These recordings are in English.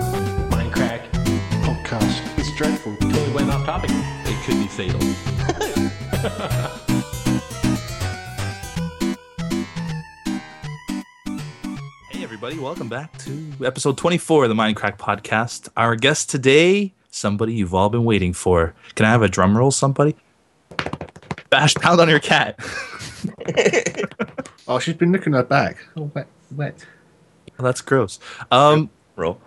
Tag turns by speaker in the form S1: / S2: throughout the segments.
S1: Hey, everybody, welcome back to episode 24 of the Minecraft podcast. Our guest today, somebody you've all been waiting for. Can I have a drum roll, somebody? Bash pound on your cat.
S2: Oh, she's been looking at her back. Oh, wet, wet.
S1: That's gross. Um,
S3: Roll.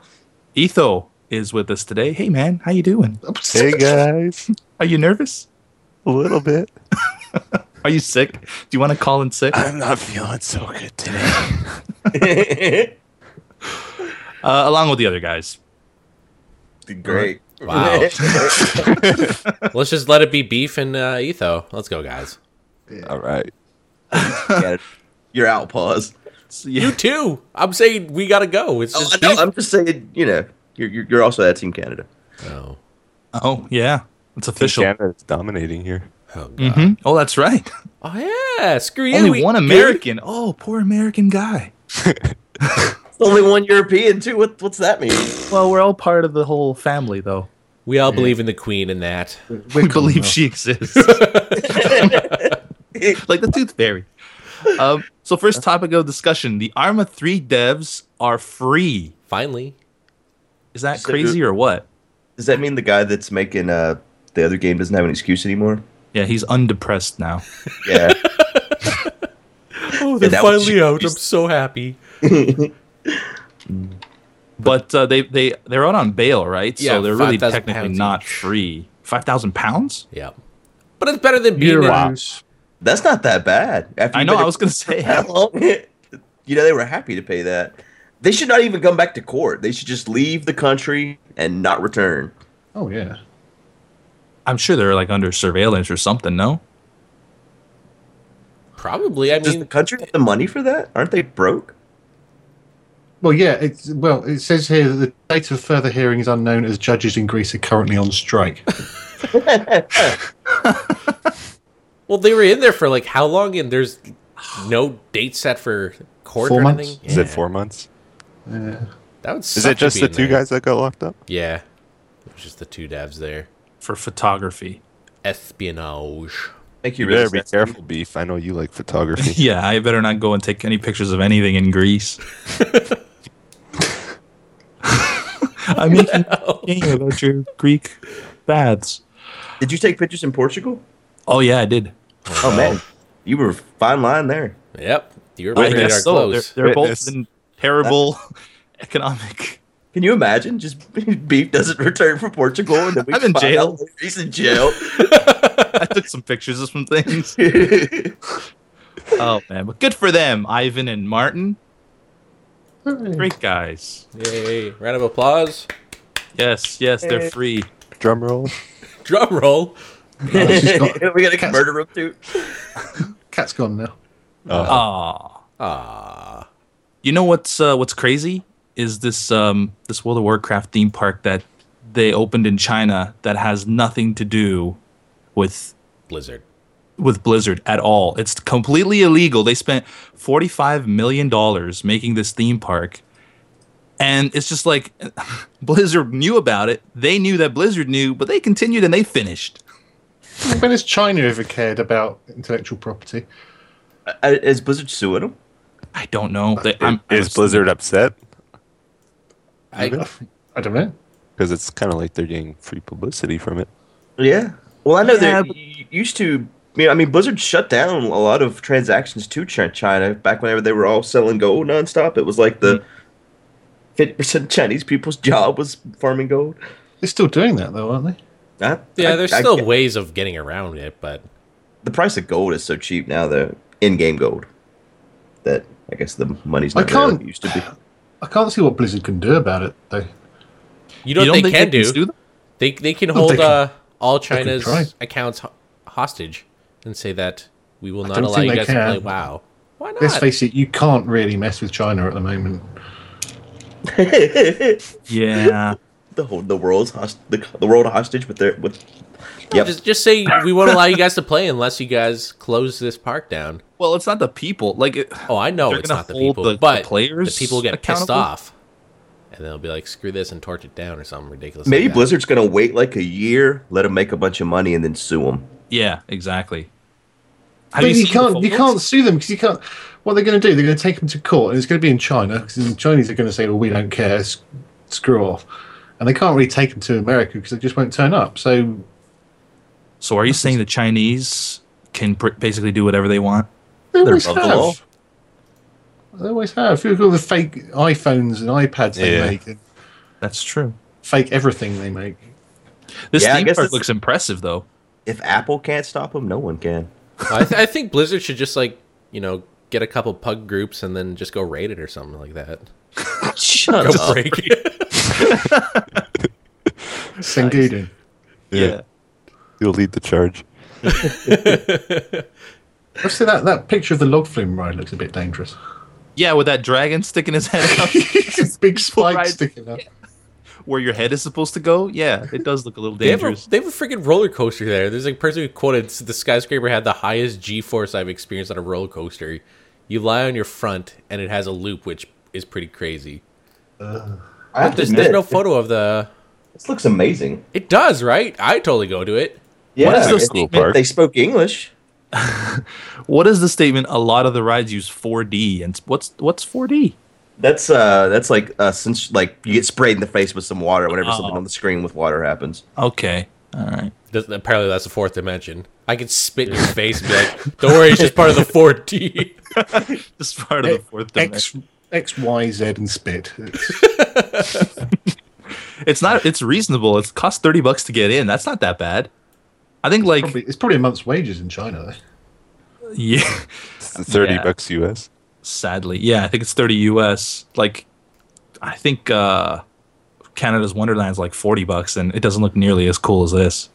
S1: Etho is with us today. Hey, man, how you doing?
S3: Hey guys,
S1: Are you nervous?
S3: a little bit.
S1: Are you sick? Do you want to call in sick?
S3: I'm not feeling so good today.
S1: Uh, along with the other guys.
S3: Great.
S4: Wow. Let's just let it be beef and uh, etho. Let's go, guys.
S3: All right.
S5: You're out, pause.
S1: So, yeah.
S4: You too. I'm saying we gotta go. It's just
S5: No,
S4: beef.
S5: I'm just saying, you know, you're, you're you're also at Team Canada.
S4: Oh,
S1: Oh, yeah. It's official.
S3: Canada's dominating here.
S4: oh, God.
S3: Mm-hmm.
S1: Mhm. Oh, that's right.
S4: oh yeah. Screw you.
S1: Only
S4: we-
S1: one
S4: dude.
S1: American. Oh, poor American guy.
S5: It's the only one European too. What, what's that mean?
S1: Well, we're all part of the whole family, though.
S4: We all believe in the queen and that.
S1: We believe she exists, like the Tooth Fairy. Um, so, first topic of discussion: the Arma Three devs are free.
S4: Finally,
S1: Is that
S5: So-
S1: crazy or what?
S5: Does that mean the guy that's making uh the other game doesn't have an excuse anymore?
S1: Yeah, he's undepressed now.
S5: Yeah,
S4: oh,
S5: they're that was- finally out. I'm
S4: so happy.
S1: But uh, they they they're out on bail, right?
S4: Yeah,
S1: so they're really
S4: 5,000
S1: technically
S4: pounds
S1: not
S4: each.
S1: free. Five thousand pounds?
S4: Yeah, but it's better than being. in-
S2: Euros.
S5: that's not that bad. After
S1: I
S5: you've
S1: know.
S5: been
S1: I was gonna say.
S5: how long? you know, they were happy to pay that. They should not even come back to court. They should just leave the country and not return.
S2: Oh, yeah.
S1: I'm sure they're like under surveillance or something. No.
S4: Probably. I
S5: Does the
S4: mean,
S5: country have the money for that? Aren't they broke?
S2: Well, yeah. It's well. It says here that the date of further hearing is unknown as judges in Greece are currently on strike.
S4: well, they were in there for like how long? And there's no date set for court
S2: Four
S4: or
S2: months?
S4: anything.
S3: Is
S4: Yeah.
S3: it four months?
S2: yeah.
S4: That would.
S3: Is
S4: suck to
S3: it just
S4: be
S3: the
S4: in
S3: two
S4: there.
S3: guys that got locked up?
S4: Yeah, it was just the two devs there.
S1: For photography.
S4: Espionage.
S5: Thank you.
S3: You better
S5: Riz.
S3: be careful, Beef. I know you like photography.
S1: Yeah, I better not go and take any pictures of anything in Greece. I'm making a game about your Greek baths.
S5: Did you take pictures in Portugal?
S1: Oh yeah, I did.
S5: Oh man, you were fine line there.
S4: Yep. You're
S1: I
S4: right. They
S1: guess
S4: are
S1: so. They're,
S4: close.
S1: they're both
S3: Witness.
S1: in terrible economic.
S5: Can you imagine? Just beef doesn't return from Portugal, and then we
S1: I'm in
S5: find
S1: jail.
S5: out He's in jail.
S1: I took some pictures of some things. Oh man, but good for them, Ivan and Martin. Great guys.
S4: Yay. Round of applause.
S1: Yes, yes, they're free.
S3: Drum roll.
S4: Drum roll.
S2: she's got-
S5: we gotta murder him too.
S2: Cat's gone now.
S1: Aw.
S4: Ah.
S1: You know what's uh, what's crazy is this um, this World of Warcraft theme park that they opened in China that has nothing to do with
S4: Blizzard.
S1: with Blizzard at all. It's completely illegal. They spent forty five million dollars making this theme park, and it's just like Blizzard knew about it. They knew that Blizzard knew, but they continued and they finished.
S2: When has China ever cared about intellectual property?
S5: Uh, Is Blizzard suing him?
S1: I don't know. They, I'm,
S3: Is
S1: I'm-
S3: Blizzard upset?
S4: I,
S2: I don't know.
S3: Because it's kind of like they're getting free publicity from it.
S5: Yeah. Well, I know
S1: Yeah,
S5: they y- used to. you know, I mean, Blizzard shut down a lot of transactions to Chi- China back whenever they were all selling gold nonstop. It was like the fifty percent Chinese people's job was farming gold.
S2: They're still doing that though, aren't they?
S5: I-
S4: yeah,
S5: I-
S4: there's
S5: I
S4: still
S5: get-
S4: ways of getting around it, but
S5: the price of gold is so cheap now. The in-game gold that I guess the money's
S2: I
S5: not there like
S2: can't-
S5: it used to be.
S2: I can't see what Blizzard can do about it though.
S4: you know
S1: You
S4: what
S1: don't
S4: they
S1: think
S4: can do?
S1: that?
S4: They they can
S2: they
S4: hold
S2: can-
S4: uh, all
S2: can
S4: China's
S2: try.
S4: accounts ho- hostage and say that we will not
S2: don't
S4: allow
S2: think
S4: you
S2: they
S4: guys to
S2: can.
S4: play WoW. Why not?
S2: Let's face it, you can't really mess with China at the moment.
S1: Yeah.
S5: The whole the world's host, the, the world hostage with their with. Yep.
S4: Just just say we won't allow you guys to play unless you guys close this park down.
S1: Well, it's not the people. Like, it,
S4: Oh, I know
S1: They're
S4: it's
S1: gonna
S4: not the
S1: hold
S4: people,
S1: the- the
S4: but
S1: players
S4: the people get pissed
S1: accountable?
S4: off, and they'll be like, "Screw this" and torch it down or something ridiculous.
S5: Maybe
S4: like that.
S5: Blizzard's gonna wait like a year, let them make a bunch of money, and then sue them.
S1: Yeah, exactly. Have
S2: But you,
S1: seen the
S2: can't you
S1: photos?
S2: can't sue them because you can't. What they're going to do? They're going to take them to court, and it's going to be in China because the Chinese are going to say, "Well, we don't care, s- screw off," and they can't really take them to America because they just won't turn up. So
S1: So are you saying the Chinese can pr- basically do whatever they want?
S2: they always
S5: above the law.
S2: have. They always have. If you look at all the fake iPhones and iPads they
S3: Yeah.
S2: make, and
S1: That's true.
S2: fake everything they make.
S1: This
S5: Yeah, I
S1: theme
S5: guess
S1: park
S5: it's-
S1: looks impressive, though.
S5: If Apple can't stop them, no one can.
S4: I, th- I think Blizzard should just like you know get a couple pug groups and then just go raid it or something like that.
S5: Shut
S4: Go
S5: up.
S4: break it.
S2: Sengudin.
S1: Yeah.
S3: You'll lead the charge.
S2: Obviously, that, that picture of the log flume ride looks a bit dangerous.
S1: Yeah, with that dragon sticking his head out
S2: It's big spikes
S1: ride.
S2: sticking up.
S1: where your head is supposed to go. Yeah, it does look a little
S4: They have, a,
S1: dangerous.
S4: they have a freaking roller coaster there. There's like a person who quoted "S- the skyscraper had the highest G force I've experienced on a roller coaster. You lie on your front and it has a loop, which is pretty crazy.
S5: I have to
S4: There's, there's
S5: admit,
S4: no photo of the.
S5: This looks amazing.
S4: It does, right? I totally go to it.
S5: Yeah,
S1: is this
S5: if-
S3: school
S5: if
S3: park?
S5: They spoke English.
S1: What is the statement? A lot of the rides use 4D, and s- what's what's 4D?
S5: That's uh, that's like uh, since like you get sprayed in the face with some water
S4: Oh.
S5: whenever something on the screen with water happens.
S1: Okay, all right.
S4: Does- Apparently, that's the fourth dimension. I could spit in your face and be like, "Don't worry, it's just part of the 4D."
S1: This is part of the fourth dimension.
S2: X, X, Y, Z, and spit. It's-
S1: It's not. It's reasonable. It's cost thirty bucks to get in. That's not that bad. I think like
S2: probably, it's probably a month's wages in China. Though.
S1: yeah.
S3: It's the 30
S1: Yeah.
S3: bucks US.
S1: Sadly, yeah. I think it's thirty US. Like, I think uh Canada's Wonderland's like forty bucks, and it doesn't look nearly as cool as this.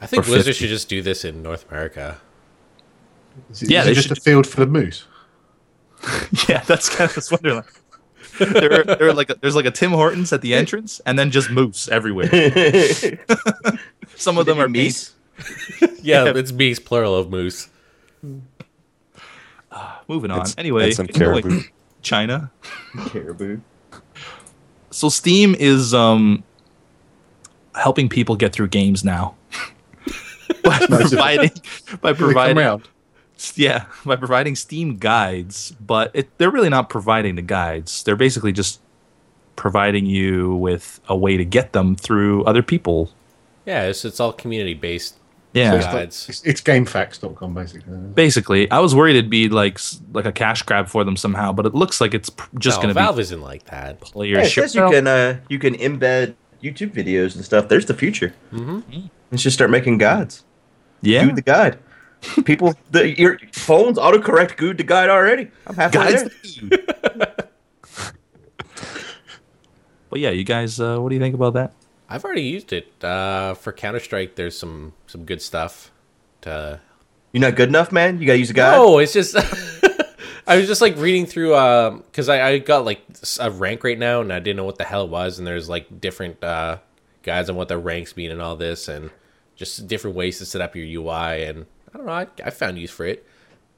S4: I think
S1: Or
S4: Blizzard
S1: 50.
S4: should just do this in North America.
S2: Is it,
S1: Yeah,
S2: is
S1: they
S2: it just
S1: should-
S2: a field full of moose?
S1: Yeah, that's Canada's Wonderland. there, are, there are like a, there's like a Tim Hortons at the entrance, and then just moose everywhere. Some of them are meat.
S5: Meese.
S4: Yeah, it's bees plural of moose.
S1: Moving on. anyway,
S3: and some
S1: going-
S3: caribou.
S1: China.
S5: Caribou.
S1: So Steam is um helping people get through games now. by providing by
S2: They come
S1: providing
S2: round.
S1: yeah, by providing Steam guides, but it, they're really not providing the guides. They're basically just providing you with a way to get them through other people.
S4: Yeah, it's, it's all community based.
S1: Yeah.
S4: Yeah. Guides.
S2: It's, it's gamefacts.com, basically.
S1: Basically, I was worried it'd be like s- like a cash grab for them somehow, but it looks like it's pr- just
S4: no,
S1: going to
S4: Valve
S1: be
S4: isn't like that.
S1: player
S5: Yeah, it
S1: ship-
S5: says you can uh, you can embed YouTube videos and stuff. There's the future. Mm-hmm. Let's just start making guides.
S1: yeah.
S5: Do the guide. People, the, your phones autocorrect "good" to guide already. I'm halfway there.
S1: but yeah, you guys, uh, what do you think about that?
S4: I've already used it uh, for Counter Strike. There's some some good stuff. To...
S5: You're not good enough, man. You gotta use a guide.
S4: Oh, it's just I was just like reading through because I, I got like s- a rank right now and I didn't know what the hell it was and there's like different uh, guides on what the ranks mean and all this and just different ways to set up your UI and I don't know. I, I found use for it,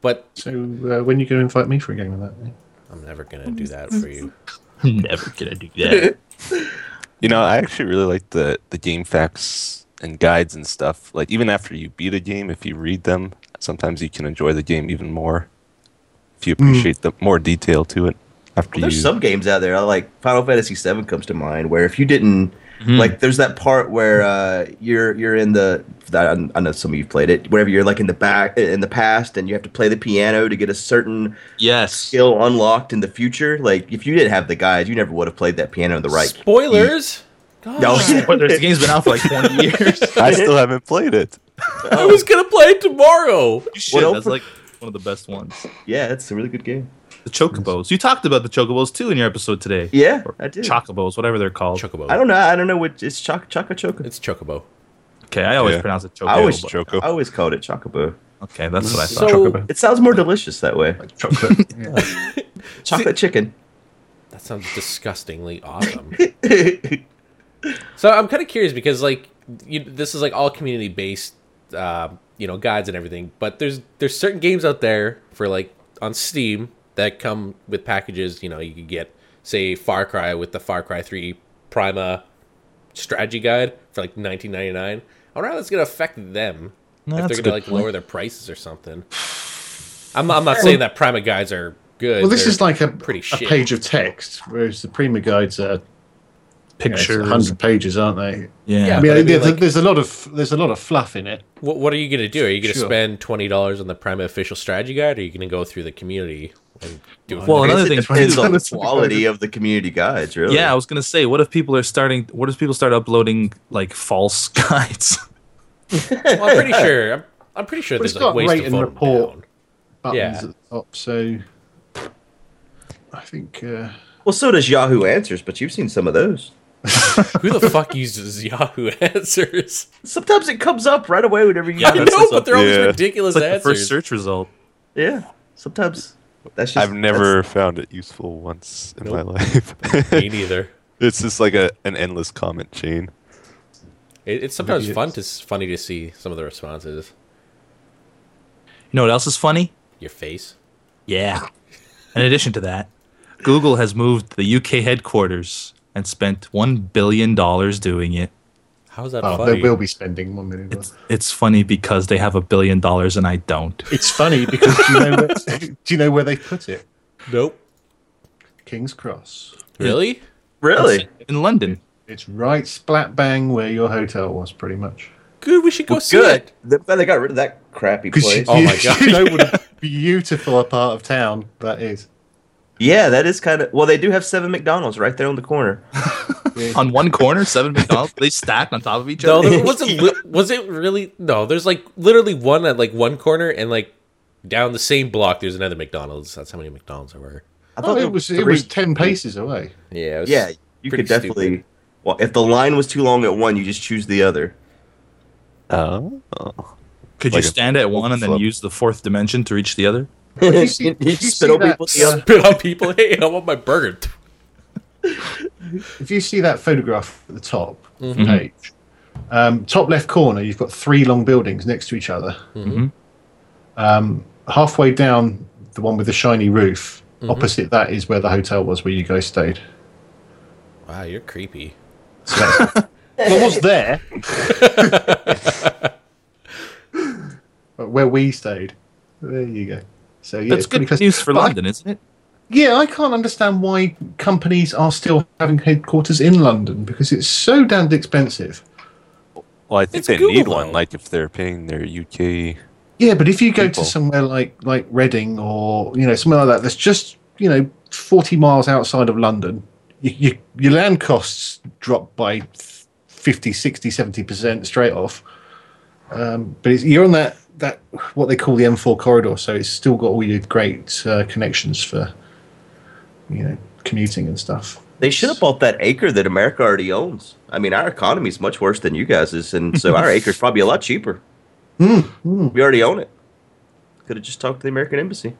S4: but
S2: So, uh, when you going to invite me for a game of that?
S4: I'm never gonna do that for you.
S1: I'm never gonna do that.
S3: You know, I actually really like the the game facts and guides and stuff. Like even after you beat a game, if you read them, sometimes you can enjoy the game even more if you appreciate the more detail to it after you.
S5: There's some games out there like Final Fantasy VII comes to mind where if you didn't like, there's that part where uh, you're you're in the that I know some of you have played it. Wherever you're like in the back in the past, and you have to play the piano to get a certain
S1: yes.
S5: skill unlocked in the future. Like if you didn't have the guides, you never would have played that piano the right.
S4: Spoilers. God.
S5: No,
S1: Spoilers, the Oh, game's been out for like 20 years.
S3: I still haven't played it.
S4: I was gonna play it tomorrow.
S1: Shit,
S5: Well,
S1: that's
S5: for-
S1: like one of the best ones.
S5: yeah, it's a really good game.
S1: The chocobos. You talked about the chocobos too in your episode today.
S5: Yeah,
S1: Or
S5: I did.
S1: Chocobos, whatever they're called.
S4: Chocobo.
S5: I don't know. I don't know what it's choc choco choco.
S4: It's Chocobo.
S1: okay, I always
S3: Yeah.
S1: pronounce it chocobo.
S5: I always
S1: but-
S3: Choco.
S5: I always called it chocobo.
S1: okay, that's what I thought.
S4: So
S5: It sounds more delicious that way.
S2: Chocolate. yeah.
S5: Chocolate chicken.
S4: that sounds disgustingly awesome. so I'm kind of curious because like you, this is like all community based, uh, you know, guides and everything. But there's there's certain games out there for like on Steam that come with packages. You know, you could get say Far Cry with the Far Cry Three Prima strategy guide for like 19.99. I wonder how that's gonna affect them.
S3: No,
S4: if
S3: that's
S4: they're gonna
S3: a good
S4: like
S3: point.
S4: lower their prices or something. I'm I'm not saying that Prima guides are good.
S2: Well, this
S4: They're-
S2: is like a,
S4: pretty
S2: a
S4: shit.
S2: page of text, whereas the Prima guides are
S1: Pictures.
S2: pictures, hundred pages, aren't they?
S1: yeah.
S4: Yeah.
S2: I
S4: but
S2: mean,
S4: I mean,
S2: there-
S4: like-
S2: there's a lot of there's a lot of fluff in it.
S4: What, what are you going to do? Are you going to
S2: Sure.
S4: spend twenty dollars on the Prima official strategy guide, or are you going to go through the community and do it?
S1: Well,
S5: I guess
S1: another
S5: it
S1: thing
S5: depends
S1: too,
S5: on the
S2: though-
S5: quality of the community guides, really.
S1: Yeah, I was gonna say, what if people are starting? What if people start uploading like false guides?
S4: Well, I'm pretty sure. I'm, I'm pretty sure
S2: But it's
S4: there's like
S2: got
S4: ways
S2: rate
S4: to
S2: and
S4: vote
S2: report.
S4: down.
S2: Buttons
S4: Yeah.
S2: at the top, so I think uh,
S5: Well, so does Yahoo Answers, but you've seen some of those.
S4: Who the fuck uses Yahoo Answers?
S5: Sometimes it comes up right away whenever you.
S4: I
S5: mess
S4: know,
S5: this
S4: but
S5: up.
S4: they're always
S3: Yeah.
S4: ridiculous
S1: It's like the
S4: answers.
S1: first search result.
S5: yeah. Sometimes that's just.
S3: I've never found it useful once in my life.
S4: Me neither.
S3: it's just like a an endless comment chain.
S4: It, it's sometimes
S2: Maybe
S4: fun to s- funny to see some of the responses.
S1: You know what else is funny?
S4: Your face.
S1: Yeah. In addition to that, Google has moved the UK headquarters and spent one billion dollars doing it.
S4: How is that
S2: oh, they
S4: funny?
S2: will be spending one million.
S1: It's it's funny because they have a billion dollars and I don't.
S2: It's funny because do you know where, do you know where they put it?
S4: Nope.
S2: King's Cross.
S4: Really?
S5: Really?
S1: In London.
S2: It's right splat bang where your hotel was, pretty much.
S4: Good. We should go see
S5: Good.
S4: it.
S5: They they got rid of that crappy
S2: Because you,
S4: Oh
S5: place.
S2: you-
S4: my God,
S2: you know what a beautiful part of town that is.
S5: Yeah, that is kind of. Well, they do have seven McDonald's right there on the corner.
S1: On one corner, seven McDonald's, they stacked on top of each
S4: No,
S1: other.
S4: there wasn't. li- was it really? No, there's like literally one at like one corner, and like down the same block, there's another MckDonald's. That's how many McDonald's there were.
S5: I
S2: Oh,
S5: there
S2: it
S5: were
S2: was
S5: three-
S2: it was ten paces away.
S4: Yeah. It was
S5: Yeah, you
S4: pretty
S5: could definitely.
S4: stupid.
S5: Well, if the line was too long at one, you just choose the other.
S3: Oh.
S1: Could
S3: Like
S1: you
S3: a
S1: stand at one and then
S3: flip.
S1: use the fourth dimension to reach the other?
S5: you
S2: see- did you
S5: spit
S2: see
S5: on
S2: that- uh,
S5: people. The other.
S4: Spit on people. Hey, I want my burger.
S2: If you see that photograph at the top of the page, um, top left corner, you've got three long buildings next to each other. Mm-hmm. Um, halfway down, the one with the shiny roof. Opposite that is where the hotel was where you guys stayed.
S4: Wow, you're creepy.
S2: So that's well, it was there. but where we stayed. There you go. So yeah,
S1: That's
S2: it's pretty
S1: good
S2: close.
S1: news for
S2: But I-
S1: London, isn't it?
S2: yeah, I can't understand why companies are still having headquarters in London because it's so damned expensive.
S3: Well, I think
S4: It's
S3: they
S4: Google,
S3: need
S4: though.
S3: one. Like if they're paying their UK,
S2: Yeah, but if you go
S3: People.
S2: to somewhere like like Reading or you know somewhere like that, that's just you know forty miles outside of London, you, you, your land costs drop by 50, 60, 70 percent straight off. Um, but it's, you're on that that what they call the M4 corridor, so it's still got all your great uh, connections for you know commuting and stuff.
S5: They should have bought that acre that America already owns. I mean, our economy is much worse than you guys's, and so our acre's probably a lot cheaper. Hmm. We already own it. Could have just talked to the American embassy,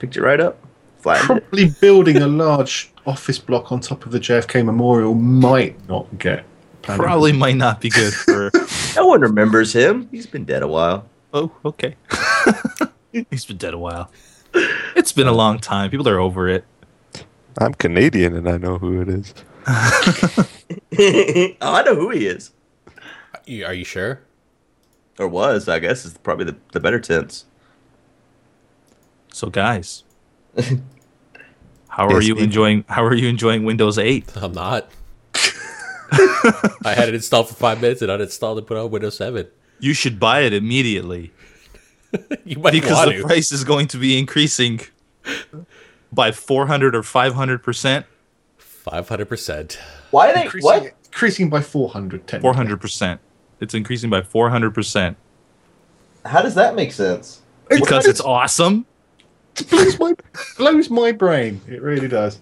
S5: picked it right up, flattened it.
S2: Probably building a large office block on top of the JFK Memorial might not get planning.
S1: Probably might not be good for
S5: No one remembers him. He's been dead a while.
S1: Oh, okay. He's been dead a while. It's been a long time. People are over it.
S3: I'm Canadian and I know who it is.
S5: oh, I know who he is,
S4: You- Are you sure?
S5: or was. I guess is probably the, the better tense.
S1: So guys, how
S3: Yes,
S1: are you
S3: people.
S1: enjoying how are you enjoying Windows 8?
S4: I'm not. I had it installed for five minutes and uninstalled and put on Windows 7.
S1: You should buy it immediately
S4: You might
S1: because
S4: want
S1: the
S4: to.
S1: price is going to be increasing by 400 or 500%,
S4: 500%.
S5: Why they
S2: increasing,
S5: what?
S2: increasing by 400 technically.
S1: 400%. It's increasing by 400%
S5: How does that make sense?
S1: because it's awesome.
S2: It blows my, blows my brain. It really does.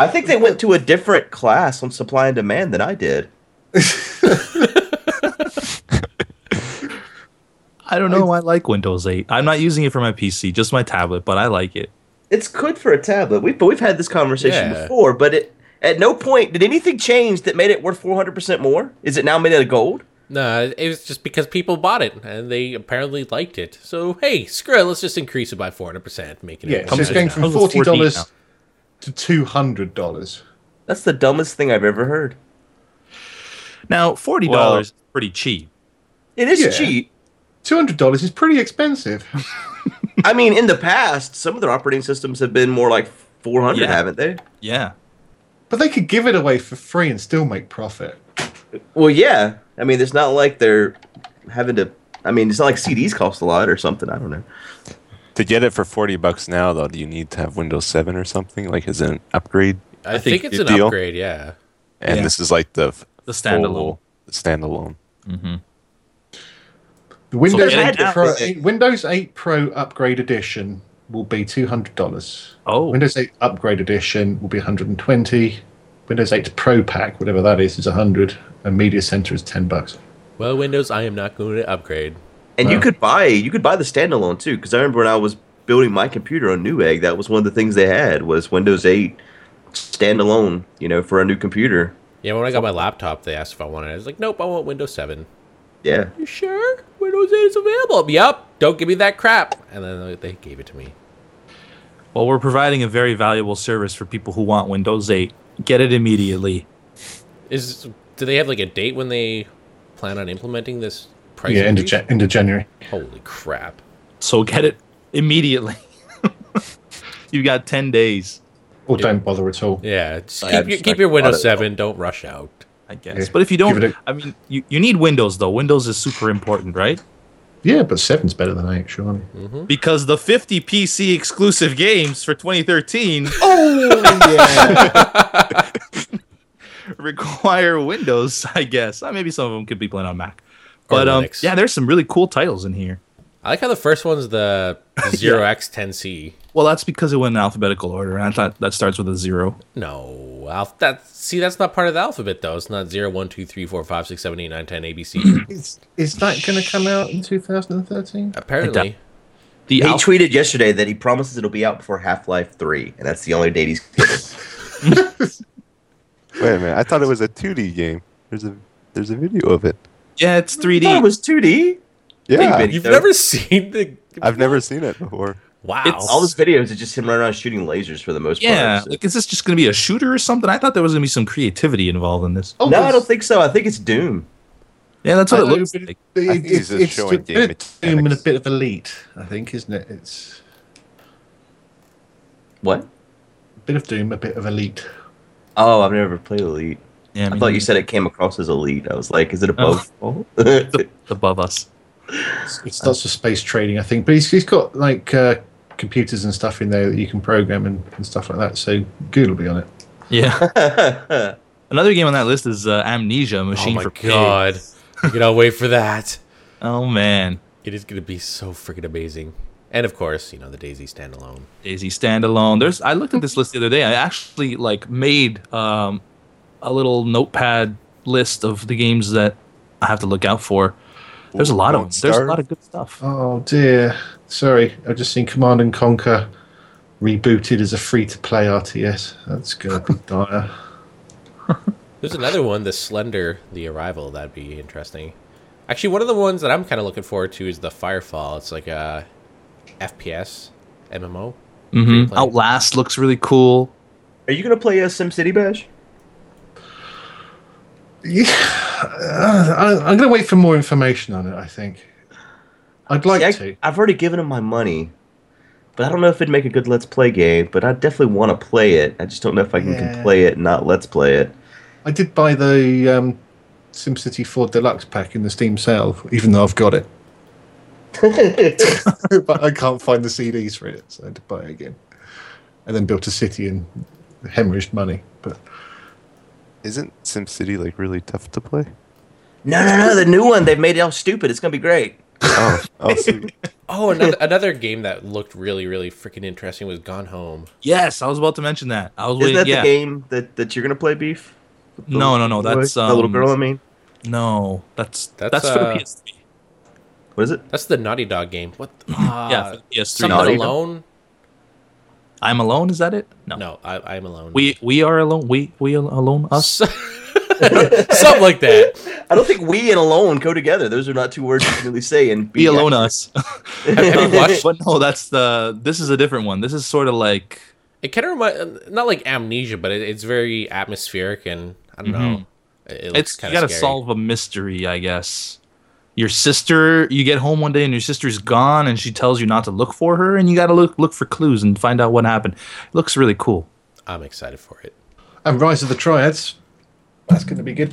S5: I think they went to a different class on supply and demand than I did.
S1: I don't know. I like Windows 8. I'm not using it for my PC, just my tablet, but I like it.
S5: It's good for a tablet. We've but we've had this conversation
S4: Yeah.
S5: before, but it at no point did anything change that made it worth four hundred percent more. Is it now made out of gold?
S4: No, it was just because people bought it and they apparently liked it. So, hey, screw it. Let's just increase it by 400%, making
S2: Yeah,
S4: it.
S2: so it's
S4: $100
S2: going
S4: now.
S2: from
S1: Comes with
S2: forty
S1: 14
S2: dollars
S1: now.
S2: to two hundred dollars.
S5: That's the dumbest thing I've ever heard.
S1: Now, $40
S3: Well-
S1: is pretty cheap.
S5: It is
S2: Yeah.
S5: cheap.
S2: Two hundred dollars is pretty expensive.
S5: I mean, in the past, some of their operating systems have been more like 400,
S1: Yeah.
S5: haven't they?
S1: Yeah.
S2: But they could give it away for free and still make profit.
S5: Well, yeah. I mean, it's not like they're having to. I mean, it's not like CDs cost a lot or something. I don't know.
S3: To get it for forty bucks now, though, do you need to have Windows Seven or something? Like, is it an upgrade?
S4: I,
S1: I
S4: think,
S1: think
S4: it's
S3: you
S4: an
S3: deal.
S4: upgrade. Yeah.
S3: And
S1: Yeah.
S3: this is like the f-
S1: The standalone.
S3: full- the standalone.
S2: The Windows
S1: So-
S2: 8
S1: Yeah.
S2: Pro, Windows 8 Pro Upgrade Edition will be two hundred dollars.
S1: Oh.
S2: Windows 8 Upgrade Edition will be one hundred and twenty. Windows 8 Pro Pack, whatever that is, is hundred, and Media Center is ten bucks.
S4: Well, Windows, I am not going to upgrade.
S5: And you
S2: Wow.
S5: could buy you could buy the standalone too, because I remember when I was building my computer on Newegg, that was one of the things they had was Windows 8 standalone. You know, for a new computer.
S4: Yeah, when I got my laptop, they asked if I wanted. it. I was like, nope, I want Windows Seven.
S5: Yeah.
S4: You sure? Windows 8 is available. Yep. Don't give me that crap. And then they gave it to me.
S1: Well, we're providing a very valuable service for people who want Windows 8. Get it immediately.
S4: Is do they have like a date when they plan on implementing this price?
S2: Yeah, end of,
S4: increase?
S2: Jan- end of January.
S4: Holy crap!
S1: So get it immediately. You've got 10 days,
S2: Or don't bother at all.
S4: Yeah, just
S5: I
S4: keep, your,
S5: just-
S4: keep
S5: I
S4: your Windows
S5: bought it.
S4: Seven. Don't rush out.
S1: I guess.
S2: Yeah.
S1: But if you
S2: Give
S1: don't,
S2: it
S1: I mean, you, you need Windows, though. Windows is super important, right?
S2: Yeah, but seven's better than eight, surely.
S4: Mm-hmm.
S1: Because the 50 PC exclusive games for 2013
S2: Oh,
S1: require Windows, I guess. Uh, Maybe some of them could be playing on Mac.
S4: Or
S1: But um,
S4: Linux.
S1: yeah, there's some really cool titles in here.
S4: I like how the first one's the Zero X Ten C.
S1: Well, that's because it went in alphabetical order, and I thought that starts with a zero.
S4: No, alph- that see that's not part of the alphabet though. It's not zero, one, two, three, four, five, six, seven, eight, nine, ten, ABC.
S2: Is, is that going to come out in 2013?
S4: Apparently,
S1: The
S5: He
S1: alph-
S5: tweeted yesterday that he promises it'll be out before Half Life 3, and that's the only date he's given.
S3: Wait a minute, I thought it was a 2D game. There's a there's a video of it.
S1: yeah, it's
S5: thought it
S1: 3D.
S5: was 2D.
S3: Yeah,
S5: Big video.
S4: you've never seen the.
S3: I've never seen it before.
S4: Wow,
S1: It's-
S5: All his videos is just him running around shooting lasers for the most
S1: yeah,
S5: part. so-
S1: like is this just going to be a shooter or something? I thought there was going to be some creativity involved in this.
S2: Oh,
S5: no, I don't think so. I think it's Doom.
S1: Yeah, that's what it
S2: I know,
S1: looks
S2: but it-
S1: like.
S2: it-
S3: I think
S2: it's-
S3: he's just
S2: it's
S3: showing
S2: a bit
S3: game
S2: of Doom and a
S3: mechanics.
S2: bit of elite, I think, isn't it? It's
S5: What?
S2: a bit of Doom, a bit of elite.
S5: Oh, I've never played Elite.
S1: Yeah,
S5: I
S1: mean,
S5: thought you said it came across as Elite. I was like, is it above? all?
S1: it's above us.
S2: It's, it's lots of space trading, I think. But he's, he's got like uh, computers and stuff in there that you can program and, and stuff like that. So Google will be on it.
S1: Yeah. Another game on that list is uh, Amnesia:
S4: oh
S1: Machine
S4: my
S1: for Pigs.
S4: god, I cannot wait for that.
S1: Oh man,
S4: It is going to be so freaking amazing. And of course, you know, the Daisy standalone.
S1: Daisy standalone. There's I looked at this list the other day. I actually like made um, a little notepad list of the games that I have to look out for. There's a lot of them.
S3: Don't
S1: There's a
S3: starve.
S1: lot of good stuff.
S2: Oh dear. Sorry, I've just seen Command and Conquer rebooted as a free to play RTS. That's going to be dire.
S4: There's another one, the Slender, the Arrival. That'd be interesting. Actually, one of the ones that I'm kind of looking forward to is the Firefall. It's like a FPS MMO.
S1: Mhm.
S4: play.
S1: Outlast looks really cool.
S5: Are you gonna play a SimCity Bash?
S2: Yeah, I, I'm going to wait for more information on it. I think I'd like
S5: See,
S2: to.
S5: I, have already given him my money, but I don't know if it'd make a good Let's Play game. But I definitely want to play it. I just don't know if I can, can
S2: Yeah.
S5: play it, and not Let's Play it.
S2: I did buy the um, SimCity 4 Deluxe pack in the Steam sale, even though I've got it. but I can't find the CDs for it, so I had to buy it again. And then built a city and hemorrhaged money. But
S3: Isn't SimCity like really tough to play?
S5: No, no, no. The new one they've made it all stupid. It's gonna be great.
S3: Oh, oh sweet.
S4: Oh, another, another game that looked really, really freaking interesting was Gone Home.
S1: Yes, I was about to mention that. I was
S5: Isn't
S1: waiting.
S5: that
S1: Yeah.
S5: the game that, that you're gonna play, Beef? The
S1: No, no,
S5: little
S1: no.
S5: boy?
S1: That's um,
S5: the little girl. I mean,
S1: No, that's
S4: That's,
S1: that's, for
S4: uh,
S1: the PS3.
S5: what is it?
S4: That's the Naughty Dog game. What? The, uh,
S1: Yeah, for the PS3.
S4: Something
S5: Naughty Dog?
S4: alone?
S1: I'm alone. Is that it? No.
S4: No, I, I'm alone.
S1: We we are alone. We we al- alone. Us.
S4: something like that.
S5: I don't think we and alone go together. Those are not two words you can really say. And
S1: We alone. uh, Us.
S4: Have you watched?
S1: but no, that's the. This is a different one. This is sort of like
S4: It kind of remind, not like amnesia, but it, it's very atmospheric and I don't know. It, it looks
S1: Mm-hmm. it's you
S4: kind
S1: got
S4: of
S1: to
S4: scary.
S1: solve a mystery, I guess. your sister you get home one day and your sister's gone and she tells you not to look for her and you got to look look for clues and find out what happened it looks really cool
S4: I'm excited for it.
S2: And Rise of the Triads. That's going to be good.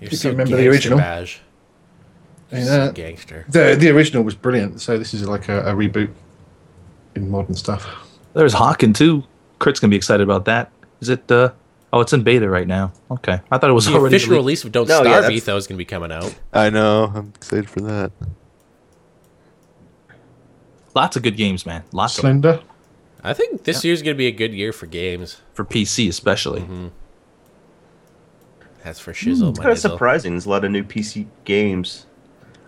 S4: You're
S2: If you remember the original.
S4: Baj.
S2: I
S4: You're
S2: mean,
S4: so
S2: that-
S4: gangster.
S2: the the original was brilliant, so this is like a, a reboot in modern stuff.
S1: there's Hawken too Kurt's going to be excited about that is it uh oh it's in beta right now okay i thought it was
S4: The
S1: already
S4: official
S1: released.
S4: release of Don't
S5: No, yeah,
S4: Starve
S5: that's-
S4: Etho is going to be coming out.
S3: I know. I'm excited for that.
S1: lots of good games man lots of
S2: Slender.
S4: I think this year's going to be a good year for games.
S1: for PC especially
S4: Mm-hmm. That's for shizzle.
S2: Hmm.
S4: my
S5: It's kind of
S4: dizzle.
S5: surprising. There's a lot of new PC games.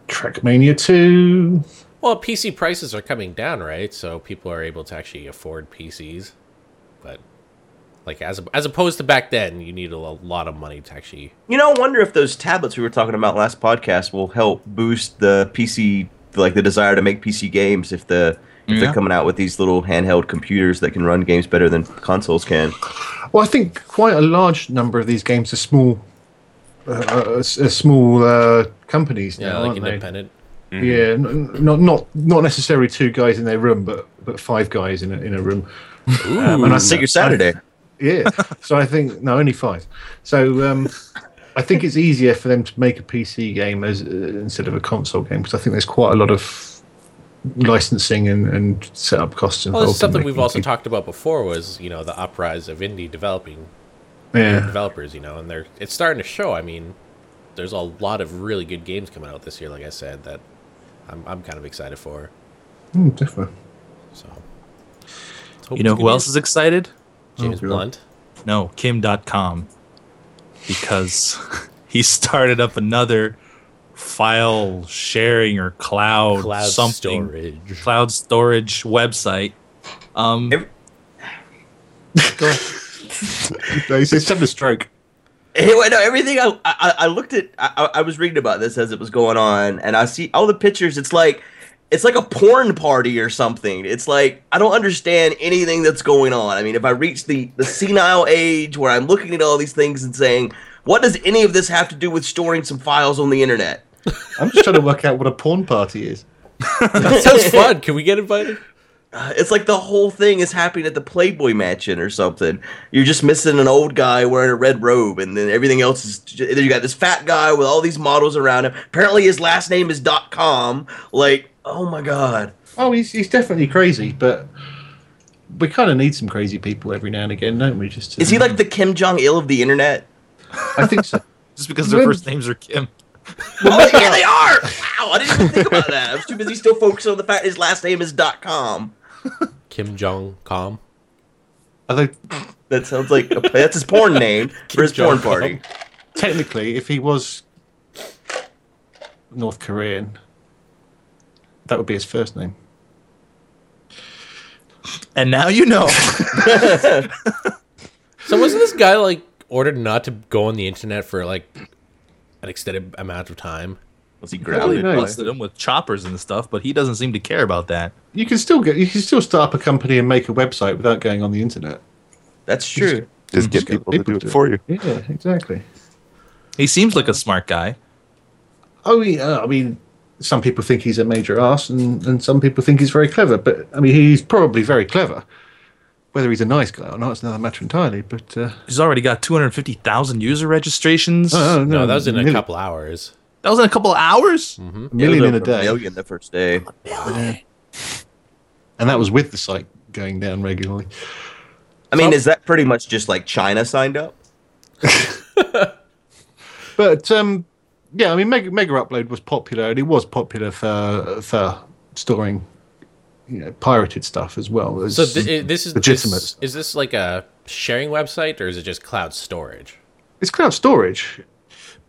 S2: Trackmania 2.
S4: Well, PC prices are coming down, right? So people are able to actually afford PCs. But like as as opposed to back then, you need a lo- lot of money to actually.
S5: You know, I wonder if those tablets we were talking about last podcast will help boost the PC, like the desire to make PC games. If the if
S1: Yeah.
S5: they're coming out with these little handheld computers that can run games better than consoles can.
S2: Well, I think quite a large number of these games are small, uh, uh, s- uh, small uh, companies
S4: Yeah,
S2: now,
S4: like
S2: aren't they?
S4: independent.
S2: Yeah, n- not not not necessarily two guys in their room, but but five guys in a, in a room. Um, and I
S5: Single Saturday.
S2: Yeah. so I think no, only five. So um, I think it's easier for them to make a PC game as uh, instead of a console game because I think there's quite a lot of licensing and, and setup costs involved.
S4: Well, this is
S2: in
S4: something we've
S2: making
S4: also
S2: it.
S4: talked about before. Was you know the uprise of indie developing
S2: Yeah.
S4: developers, you know, and they're it's starting to show. I mean, there's a lot of really good games coming out this year. Like I said, that I'm I'm kind of excited for.
S2: Mm, definitely.
S4: So,
S1: you know who else Oh, is excited
S4: James Blunt.
S1: No, Kim.com. Because he started up another file sharing or cloud,
S4: Cloud
S1: something
S4: storage.
S1: cloud storage website. Um,
S5: Every-
S2: No, he's, he's having a stroke.
S5: Hey, wait, no, everything I, I I looked at, I, I I was reading about this as it was going on, and I see all the pictures. It's like, it's like a porn party or something. It's like I don't understand anything that's going on. I mean, if I reach the the senile age where I'm looking at all these things and saying, what does any of this have to do with storing some files on the internet?
S2: I'm just trying to work out what a porn party is.
S4: That sounds fun. Can we get invited?
S5: It's like the whole thing is happening at the Playboy Mansion or something. You're just missing an old guy wearing a red robe, and then everything else is. j- Then you got this fat guy with all these models around him. Apparently, his last name is dot .com. Like, oh my god.
S2: Oh, he's he's definitely crazy, but we kind of need some crazy people every now and again, don't we? Just to,
S5: Is he like the Kim Jong Il of the internet?
S2: I think so.
S1: just because their
S2: When-
S1: first names are Kim.
S5: Oh, yeah, they are! Wow, I didn't even think about that. I was too busy still focusing on the fact his last name is dot .com.
S4: Kim Jong Com.
S2: I think
S5: That sounds like a, that's his porn name for his porn
S4: Jong-il.
S5: party.
S2: technically, if he was North Korean, that would be his first name.
S1: And now you know.
S4: So wasn't this guy like ordered not to go on the internet for like an extended amount of time?
S5: Was he
S1: They
S5: grounded?
S2: know.
S1: busted him with choppers and stuff, but he doesn't seem to care about that.
S2: You can still get you can still start up a company and make a website without going on the internet.
S5: That's true.
S3: Just get
S2: get
S3: people,
S2: people to
S3: to do
S2: do
S3: it for you.
S2: Yeah, exactly.
S1: He seems like a smart guy.
S2: Oh yeah, I mean, some people think he's a major ass, and, and some people think he's very clever. But I mean, he's probably very clever. Whether he's a nice guy or not is another matter entirely. But uh,
S1: He's already got 250,000 user registrations.
S2: oh,
S4: No, that was in a
S2: million-
S4: couple hours.
S1: that was in a couple of hours.
S2: a million in a
S5: Over
S2: day,
S5: Million the first day.
S2: and that was with the site going down regularly.
S5: I mean, is that pretty much just like China signed up?
S2: But um, yeah, I mean, Mega, Mega Upload was popular, and it was popular for for storing, you know, pirated stuff as well. As
S4: So th- i- this is
S2: legitimate.
S4: This, is this like a sharing website or is it just cloud storage?
S2: it's cloud storage,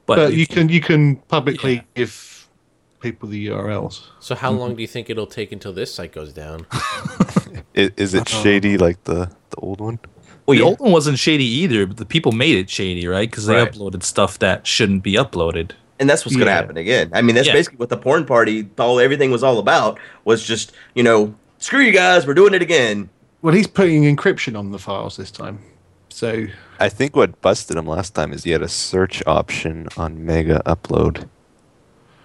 S1: But,
S2: but you can you can publicly give people the URLs.
S4: So how long do you think it'll take until this site goes down?
S3: Is, is it shady like the, the old one?
S1: Well, the old one wasn't shady either, but the people made it shady, right? Because they
S4: Right.
S1: uploaded stuff that shouldn't be uploaded.
S5: and that's what's going to
S2: Yeah.
S5: happen again. I mean, that's
S1: Yeah.
S5: basically what the porn party, all everything was all about was just you know, screw you guys, we're doing it again.
S2: Well, he's putting encryption on the files this time, so
S3: I think what busted him last time is he had a search option on Mega Upload.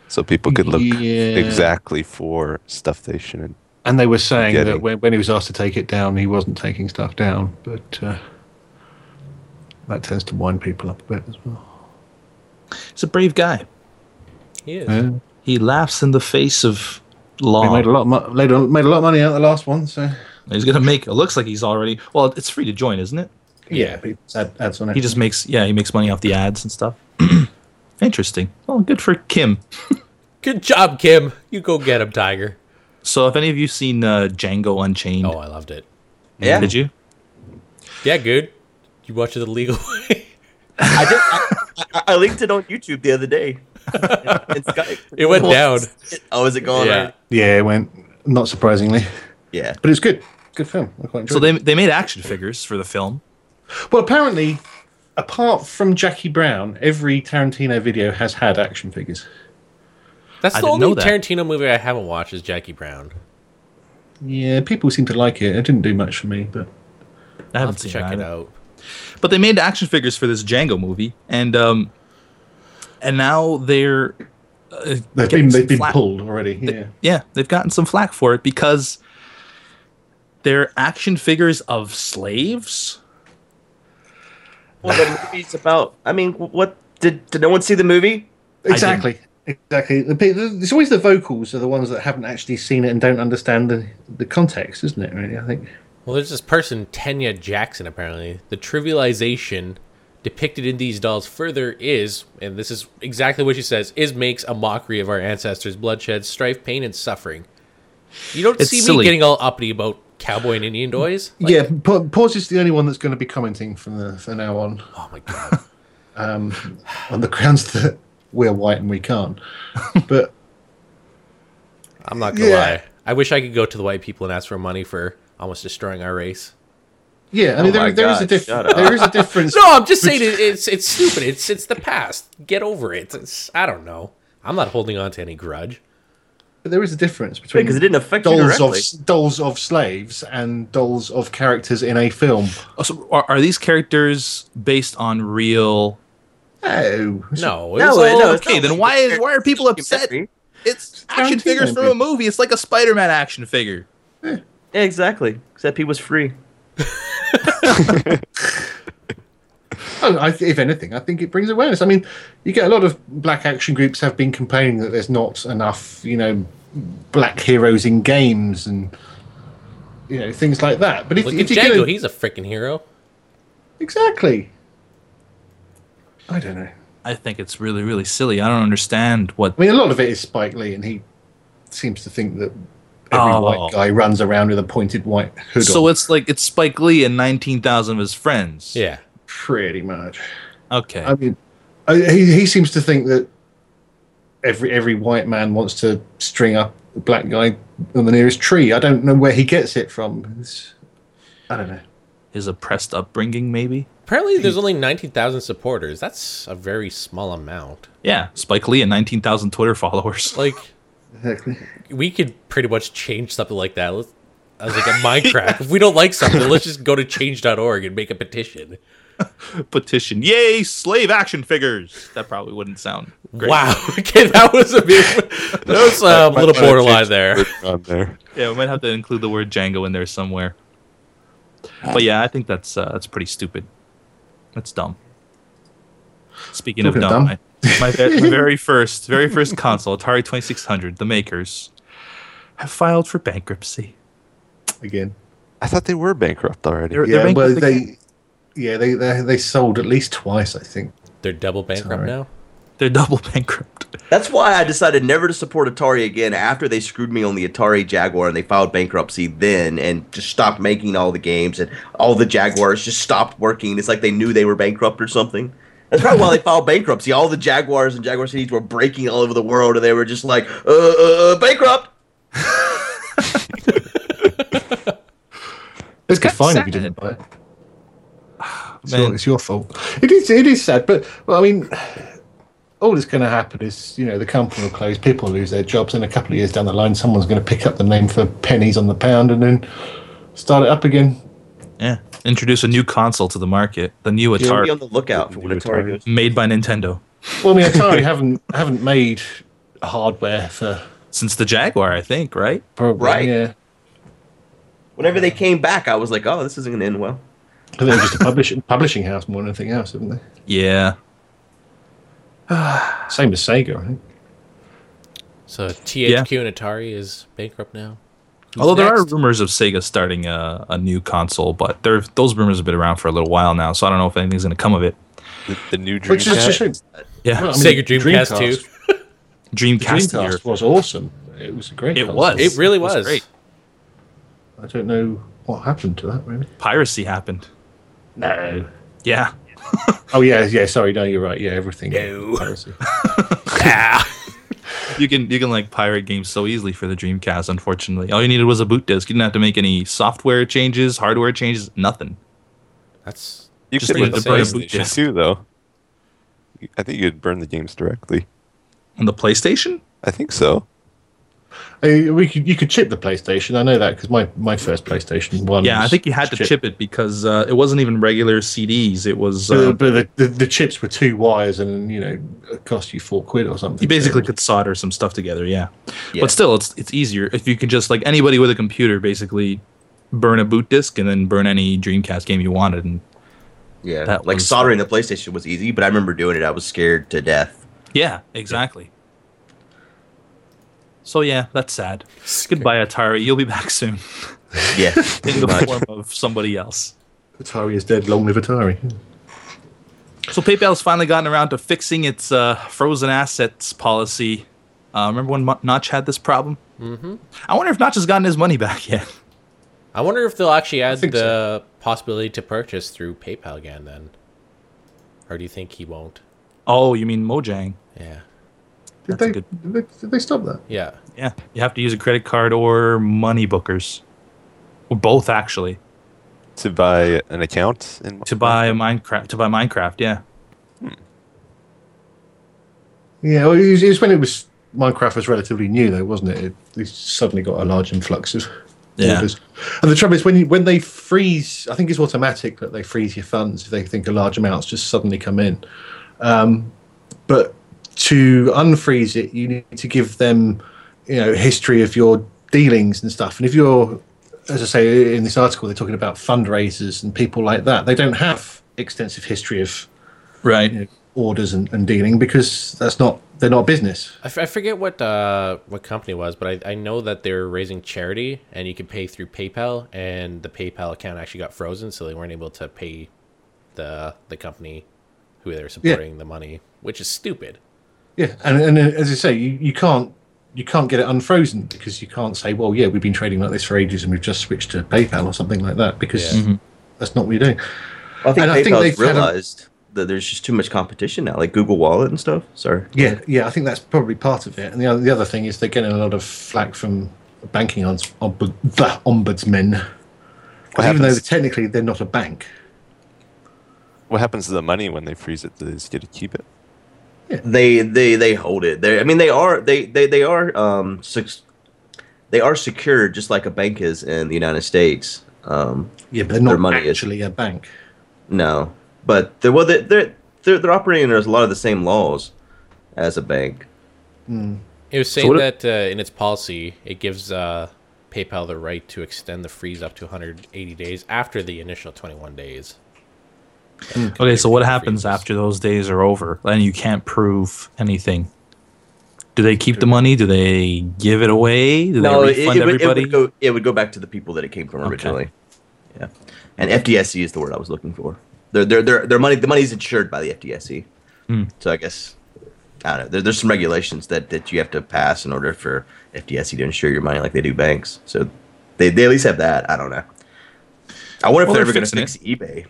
S3: so people could look
S2: Yeah.
S3: exactly for stuff they shouldn't.
S2: And they were saying
S3: Getting-
S2: that when, when he was asked to take it down, he wasn't taking stuff down, but uh, that tends to wind people up a bit as well.
S1: He's a brave guy.
S4: He is.
S2: Yeah.
S1: He laughs in the face of
S2: They
S1: law.
S2: made a lot, of mo- made a, made a lot of money out of the last one, so
S1: He's gonna make. It looks like he's already. Well, it's free to join, isn't it?
S4: Yeah.
S2: people add, ads on it.
S1: He just makes. Yeah, he makes money off the ads and stuff. Interesting. Well, good for Kim.
S4: Good job, Kim. You go get him, Tiger.
S1: So, have any of you seen uh, Django Unchained?
S4: Oh, I loved it.
S5: Yeah,
S1: Did you?
S4: Yeah, good. You watch it the legal way.
S5: I, did, I, I, I linked it on YouTube the other day. It's got-
S4: It went down.
S5: Oh, is it going?
S4: Yeah.
S5: Right?
S2: yeah, it went not surprisingly,
S5: yeah.
S2: but it's good, good film. I quite enjoyed
S1: So
S2: it.
S1: they they made action figures for the film.
S2: Well, apparently, apart from Jackie Brown, every Tarantino video has had action figures.
S4: That's
S1: I
S4: the
S1: didn't know
S4: only
S1: that.
S4: Tarantino movie I haven't watched is Jackie Brown.
S2: Yeah, people seem to like it. It didn't do much for me, but
S1: I
S4: I'll
S1: haven't
S4: have to
S1: seen
S4: check it
S1: either.
S4: out.
S1: But they made action figures for this Django movie, and um, and now they're
S2: they've
S1: Get
S2: been
S1: some
S2: they've been
S1: flat-
S2: pulled already. Yeah,
S1: yeah, they've gotten some flack for it because they're action figures of slaves.
S5: Well, the movie's about. I mean, what did did no one see the movie?
S2: exactly, exactly. The pe- the- It's always the vocals are the ones that haven't actually seen it and don't understand the the context, isn't it? Really, I think.
S4: Well, there's this person, Tanya Jackson, apparently. The trivialization depicted in these dolls further is, and this is exactly what she says, is makes a mockery of our ancestors' bloodshed, strife, pain, and suffering. You don't
S1: It's
S4: see me
S1: silly.
S4: getting all uppity about cowboy and Indian toys. Like,
S2: yeah, Pa- Paws is the only one that's going to be commenting from the from now on,
S4: Oh my god.
S2: on the grounds that we're white and we can't. But
S4: I'm not gonna
S2: Yeah.
S4: lie. I wish I could go to the white people and ask for money for almost destroying our race.
S2: yeah, I mean
S5: Oh my
S2: there, there is a
S5: God,
S2: diff-
S5: shut up.
S2: there is a difference.
S4: No, I'm just saying it, it's it's stupid. It's it's the past. Get over it. It's, I don't know. I'm not holding on to any grudge.
S2: But there is a difference between
S5: Because it didn't affect you
S2: dolls of
S5: directly.
S2: dolls of slaves and dolls of characters in a film.
S1: Oh, So are, are these characters based on real? Oh,
S2: Oh,
S4: No, it
S5: No,
S4: was
S5: it-
S4: all,
S5: no, it's
S1: okay,
S5: not.
S1: then why is why are people upset?
S5: Documentary.
S1: It's action
S2: Tarantino
S1: figures from a
S2: movie.
S1: movie. It's like a Spider-Man action figure.
S5: Yeah, exactly. Except he was free.
S2: Oh, I th- if anything, I think it brings awareness. I mean, you get a lot of black action groups have been complaining that there's not enough, you know, black heroes in games and you know things like that. But if,
S4: look
S2: if
S4: at
S2: you get
S4: Django.
S2: a-
S4: He's a freaking hero.
S2: exactly, I don't know.
S1: I think it's really really silly. I don't understand what
S2: I mean, a lot of it is Spike Lee, and he seems to think that every
S4: Ah.
S1: Oh.
S2: white guy runs around with a pointed white hood.
S1: So
S2: on,
S1: it's like it's Spike Lee and nineteen thousand of his friends.
S4: Yeah.
S2: pretty much.
S1: Okay.
S2: I mean, I- he he seems to think that every every white man wants to string up a black guy on the nearest tree. I don't know where he gets it from. It's- I don't know.
S1: his oppressed upbringing, maybe.
S4: Apparently, there's only 19,000 supporters. That's a very small amount.
S1: Yeah. Spike Lee and nineteen thousand Twitter followers.
S4: Like,
S2: Exactly.
S4: we could pretty much change something like that. Let's, I was like, a Minecraft. If we don't like something, let's just go to change.org and make a petition.
S1: Petition. Yay, slave action figures. That probably wouldn't sound great.
S4: Wow. okay, that was a big That was uh, a little borderline there.
S3: On there.
S1: Yeah, we might have to include the word Django in there somewhere. But yeah, I think that's uh, that's pretty stupid. That's dumb. Speaking of
S2: Talking
S1: dumb,
S2: of
S1: My, my, ve- my very first, very first console, Atari Twenty Six Hundred, the makers have filed for bankruptcy.
S2: Again.
S3: I thought they were bankrupt already.
S1: They're-
S2: Yeah.
S1: bankrupt
S2: Well,
S1: again.
S2: they. Yeah, they, they they sold at least twice, I think.
S4: They're double bankrupt
S2: Sorry.
S4: now.
S1: They're double bankrupt.
S5: That's why I decided never to support Atari again after they screwed me on the Atari Jaguar and they filed bankruptcy then and just stopped making all the games and all the Jaguars just stopped working. It's like they knew they were bankrupt or something. That's probably why they filed bankruptcy. All the Jaguars and Jaguar cities were breaking all over the world and they were just like, uh, uh, uh bankrupt.
S2: It's
S1: kinda
S2: fine if
S1: sad.
S2: you didn't buy it. It's
S1: Man.
S2: your, it's your fault. It is. It is sad, but well, I mean, all that's going to happen is you know the company will close, people lose their jobs, and a couple of years down the line, someone's going to pick up the name for pennies on the pound and then start it up again.
S1: Yeah, introduce a new console to the market, the new
S5: Be
S1: Atari,
S5: on the lookout for when Atari goes.
S1: made by Nintendo.
S2: Well, I mean, Atari haven't haven't made hardware for
S1: since the Jaguar, I think, right?
S2: probably
S5: Right.
S2: yeah.
S5: Whenever they came back, I was like, oh, this isn't going to end well.
S2: But they're just a publishing publishing house more than anything else, haven't they?
S1: Yeah.
S2: Same as Sega, I think.
S4: So THQ and Atari is bankrupt now. Who's
S1: Although there are
S4: next?
S1: rumors of Sega starting a, a new console, but there those rumors have been around for a little while now, so I don't know if anything's going to come of it.
S3: The, the new Dreamcast.
S2: Which is a shame. Well,
S1: Yeah,
S2: I mean,
S4: Sega
S2: Dreamcast.
S4: Dreamcast, too.
S1: Dreamcast, here.
S2: Dreamcast was awesome. It was a great.
S1: It
S2: console.
S1: was.
S4: It really
S1: It was
S4: was.
S1: great.
S2: I don't know what happened to that really.
S1: Piracy happened.
S2: No.
S1: Yeah.
S2: Oh yeah, yeah. Sorry, no, you're right. Yeah, everything.
S4: No.
S2: Piracy.
S1: You can you can like pirate games so easily for the Dreamcast, unfortunately. All you needed was a boot disk. You didn't have to make any software changes, hardware changes, nothing.
S4: That's
S3: you
S1: just
S3: could
S1: like
S3: burn
S1: the
S3: the
S1: PlayStation.
S3: PlayStation too, though. I think you could burn the games directly.
S1: On the PlayStation?
S3: I think so.
S2: Uh, we could, you could chip the PlayStation. I know that because my, my first PlayStation one.
S1: Yeah, I
S2: was
S1: think you had to
S2: chipped.
S1: chip it because uh, it wasn't even regular CDs. It was
S2: But, the-
S1: uh,
S2: but the, the, the chips were two wires, and you know, it cost you four quid or something.
S1: you basically
S2: So-
S1: could solder some stuff together. uh, Yeah.
S5: Yeah.
S1: but still, it's it's easier if you can just like anybody with a computer basically burn a boot disk and then burn any Dreamcast game you wanted. And
S5: Yeah,
S1: That
S5: like
S1: was-
S5: soldering the PlayStation was easy, but I remember doing it. I was scared to death.
S1: yeah, exactly. So yeah, that's sad. Goodbye, Atari. You'll be back soon
S5: Yeah,
S1: in the form of somebody else.
S2: Atari is dead. Long live Atari.
S1: So PayPal's finally gotten around to fixing its uh, frozen assets policy. Uh, remember when Mo- Notch had this problem? Mm-hmm. I wonder if Notch has gotten his money back yet.
S4: I wonder if they'll actually add
S2: think
S4: the possibility to purchase through PayPal again then. Or do you think he won't?
S1: Oh, you mean Mojang?
S4: Yeah.
S2: Did
S1: That's a
S2: they,
S1: good-
S2: did they did they stop that?
S4: Yeah.
S1: Yeah, you have to use a credit card or money bookers, or both actually,
S3: To buy an account in
S1: to buy a Minecraft. To buy Minecraft, yeah.
S2: Yeah, well, it was, it was when it was Minecraft was relatively new, though, wasn't it? It, it suddenly got a large influx of
S1: Yeah.
S2: orders. And the trouble is when you, when they freeze, I think it's automatic that they freeze your funds if they think a large amount's just suddenly come in. Um, but to unfreeze it, you need to give them, you know, history of your dealings and stuff. And if you're, as I say in this article, they're talking about fundraisers and people like that. They don't have extensive history of
S1: Right.
S2: you know, orders and, and dealing because that's not they're not a business.
S4: I, f- I forget what uh, what company it was, but I, I know that they were raising charity and you could pay through PayPal, and the PayPal account actually got frozen, so they weren't able to pay the the company who they were supporting the money, which is stupid.
S2: Yeah, and, and uh, as I say, you, you can't you can't get it unfrozen because you can't say, well, yeah, we've been trading like this for ages and we've just switched to PayPal or something like that because
S4: Yeah.
S2: that's not what you're doing.
S5: I think
S2: And I think
S5: PayPal's
S2: they've had a-
S5: realized that there's just too much competition now, like Google Wallet and stuff. Sorry.
S2: Yeah, yeah, I think that's probably part of it. And the other, the other thing is they're getting a lot of flack from banking on, ombud, the ombudsmen, 'Cause even though
S3: happens?
S2: technically they're not a bank.
S3: What happens to the money when they freeze it? Do they just get to keep it?
S5: They they they hold it. They I mean they are they they they are um sec- they are secure just like a bank is in the United States. Um,
S2: Yeah, but they're
S5: Their
S2: not
S5: money is-
S2: actually a bank.
S5: no, but they're well they're they're they're, they're operating under a lot of the same laws as a bank.
S4: It was saying
S1: what if-
S4: that uh, in its policy, it gives uh, PayPal the right to extend the freeze up to 180 days after the initial 21 days.
S1: Okay, so what happens
S4: Freezes.
S1: after those days are over and you can't prove anything? Do they keep the money? Do they give it away? Do
S5: No,
S1: they
S5: it, it,
S1: refund
S5: would, it
S1: everybody?
S5: would go it would go back to the people that it came from originally. Yeah, and FDIC is the word I was looking for. Their their their their money the money's insured by the FDIC.
S1: Hmm.
S5: So I guess I don't know. There, there's some regulations that that you have to pass in order for FDIC to insure your money like they do banks. So they they at least have that. I don't know. I wonder
S1: Well,
S5: if they're,
S1: they're
S5: ever going to
S1: fixing
S5: fix eBay.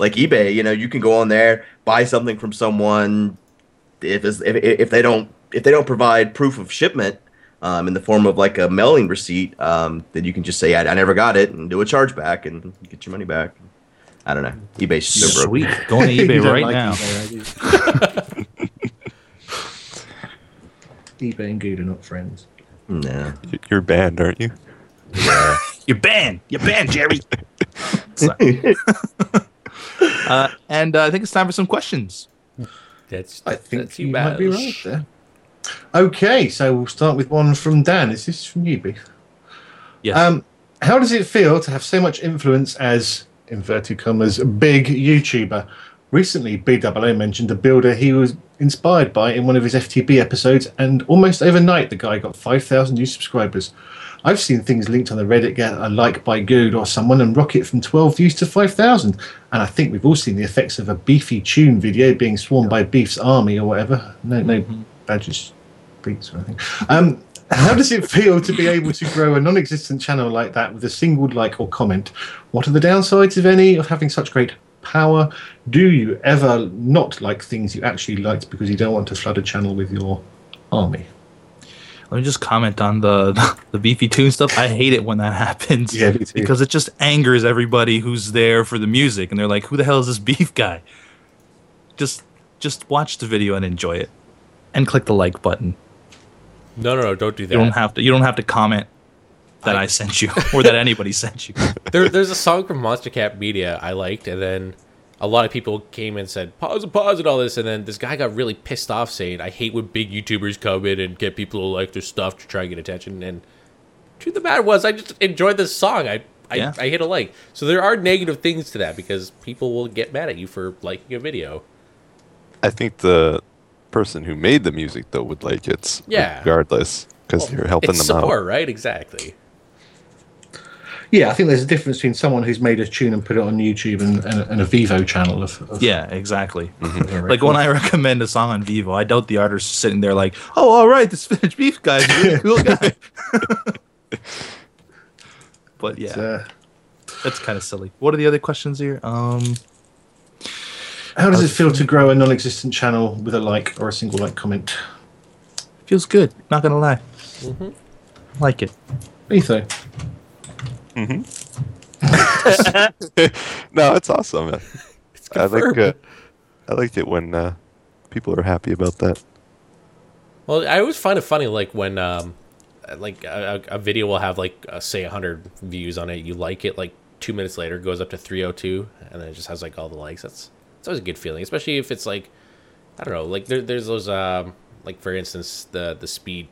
S5: Like eBay, you know, you can go on there buy something from someone if it's, if if they don't if they don't provide proof of shipment um, in the form of like a mailing receipt, um, then you can just say I, I never got it and do a chargeback and you get your money back. I don't know. eBay's so broke.
S1: Sweet. Go on to
S2: You
S1: eBay
S2: don't
S1: right
S2: like
S1: now.
S2: eBay, I do. eBay and Good are not friends.
S5: No.
S3: Y- You're banned, aren't you?
S1: You're banned. You're banned, Jerry. Sorry. uh, and uh, I think it's time for some questions.
S4: That's
S2: I think
S4: that's
S2: you might be right
S4: Baz.
S2: there. Okay, so we'll start with one from Dan. Is this from you, Beef?
S1: Yes.
S2: Um, how does it feel to have so much influence as inverted commas big YouTuber? Recently, BWO mentioned a builder he was inspired by in one of his FTB episodes, and almost overnight, the guy got 5,000 new subscribers. I've seen things linked on the Reddit get a like by Good or someone and rocket from 12 views to 5,000. And I think we've all seen the effects of a beefy tune video being swarmed by Beef's army or whatever. No, no badges, beats or anything. Um, how does it feel to be able to grow a non-existent channel like that with a single like or comment? What are the downsides, if any, of having such great power? Do you ever not like things you actually liked because you don't want to flood a channel with your army?
S1: Let me just comment on the the beefy tune stuff. I hate it when that happens.
S2: Yeah, me too.
S1: because it just angers everybody who's there for the music, and they're like, "Who the hell is this beef guy?" Just just watch the video and enjoy it, and click the like button.
S4: No, no, no! Don't do that.
S1: You don't have to. You don't have to comment that I, sent you or that anybody sent you.
S4: there, there's a song from Monster Cat Media I liked, and then a lot of people came and said pause and pause and all this, and then this guy got really pissed off saying, "I hate when big YouTubers come in and get people to like their stuff to try and get attention." And truth of the matter was, I just enjoyed this song. I I,
S1: Yeah.
S4: I hit a like. So there are negative things to that because people will get mad at you for liking a video.
S3: I think the person who made the music though would like it,
S4: Yeah.
S3: regardless, because you're helping
S4: it's
S3: them out.
S4: support, right? Exactly.
S2: Yeah, I think there's a difference between someone who's made a tune and put it on YouTube and, and, and a Vivo channel of, of
S1: Yeah, exactly.
S2: of
S1: Like when I recommend a song on Vivo, I doubt the artist is sitting there like, "Oh, all right, this spinach beef guy's a really cool guy." but yeah,
S2: Uh,
S1: that's kind of silly. What are the other questions here? Um,
S2: how does it feel to grow a non-existent channel with a like or a single like comment?
S1: feels good. Not gonna lie, like it.
S2: Etho,
S3: no, it's awesome. man. I like
S4: confirmed.
S3: uh, I liked it when uh, people are happy about that.
S4: Well, I always find it funny, like when um, like a, a a video will have like uh, say hundred views on it, you like it, like two minutes later it goes up to three hundred two, and then it just has like all the likes. That's it's always a good feeling, especially if it's like I don't know, like there, there's those um, like for instance the the speed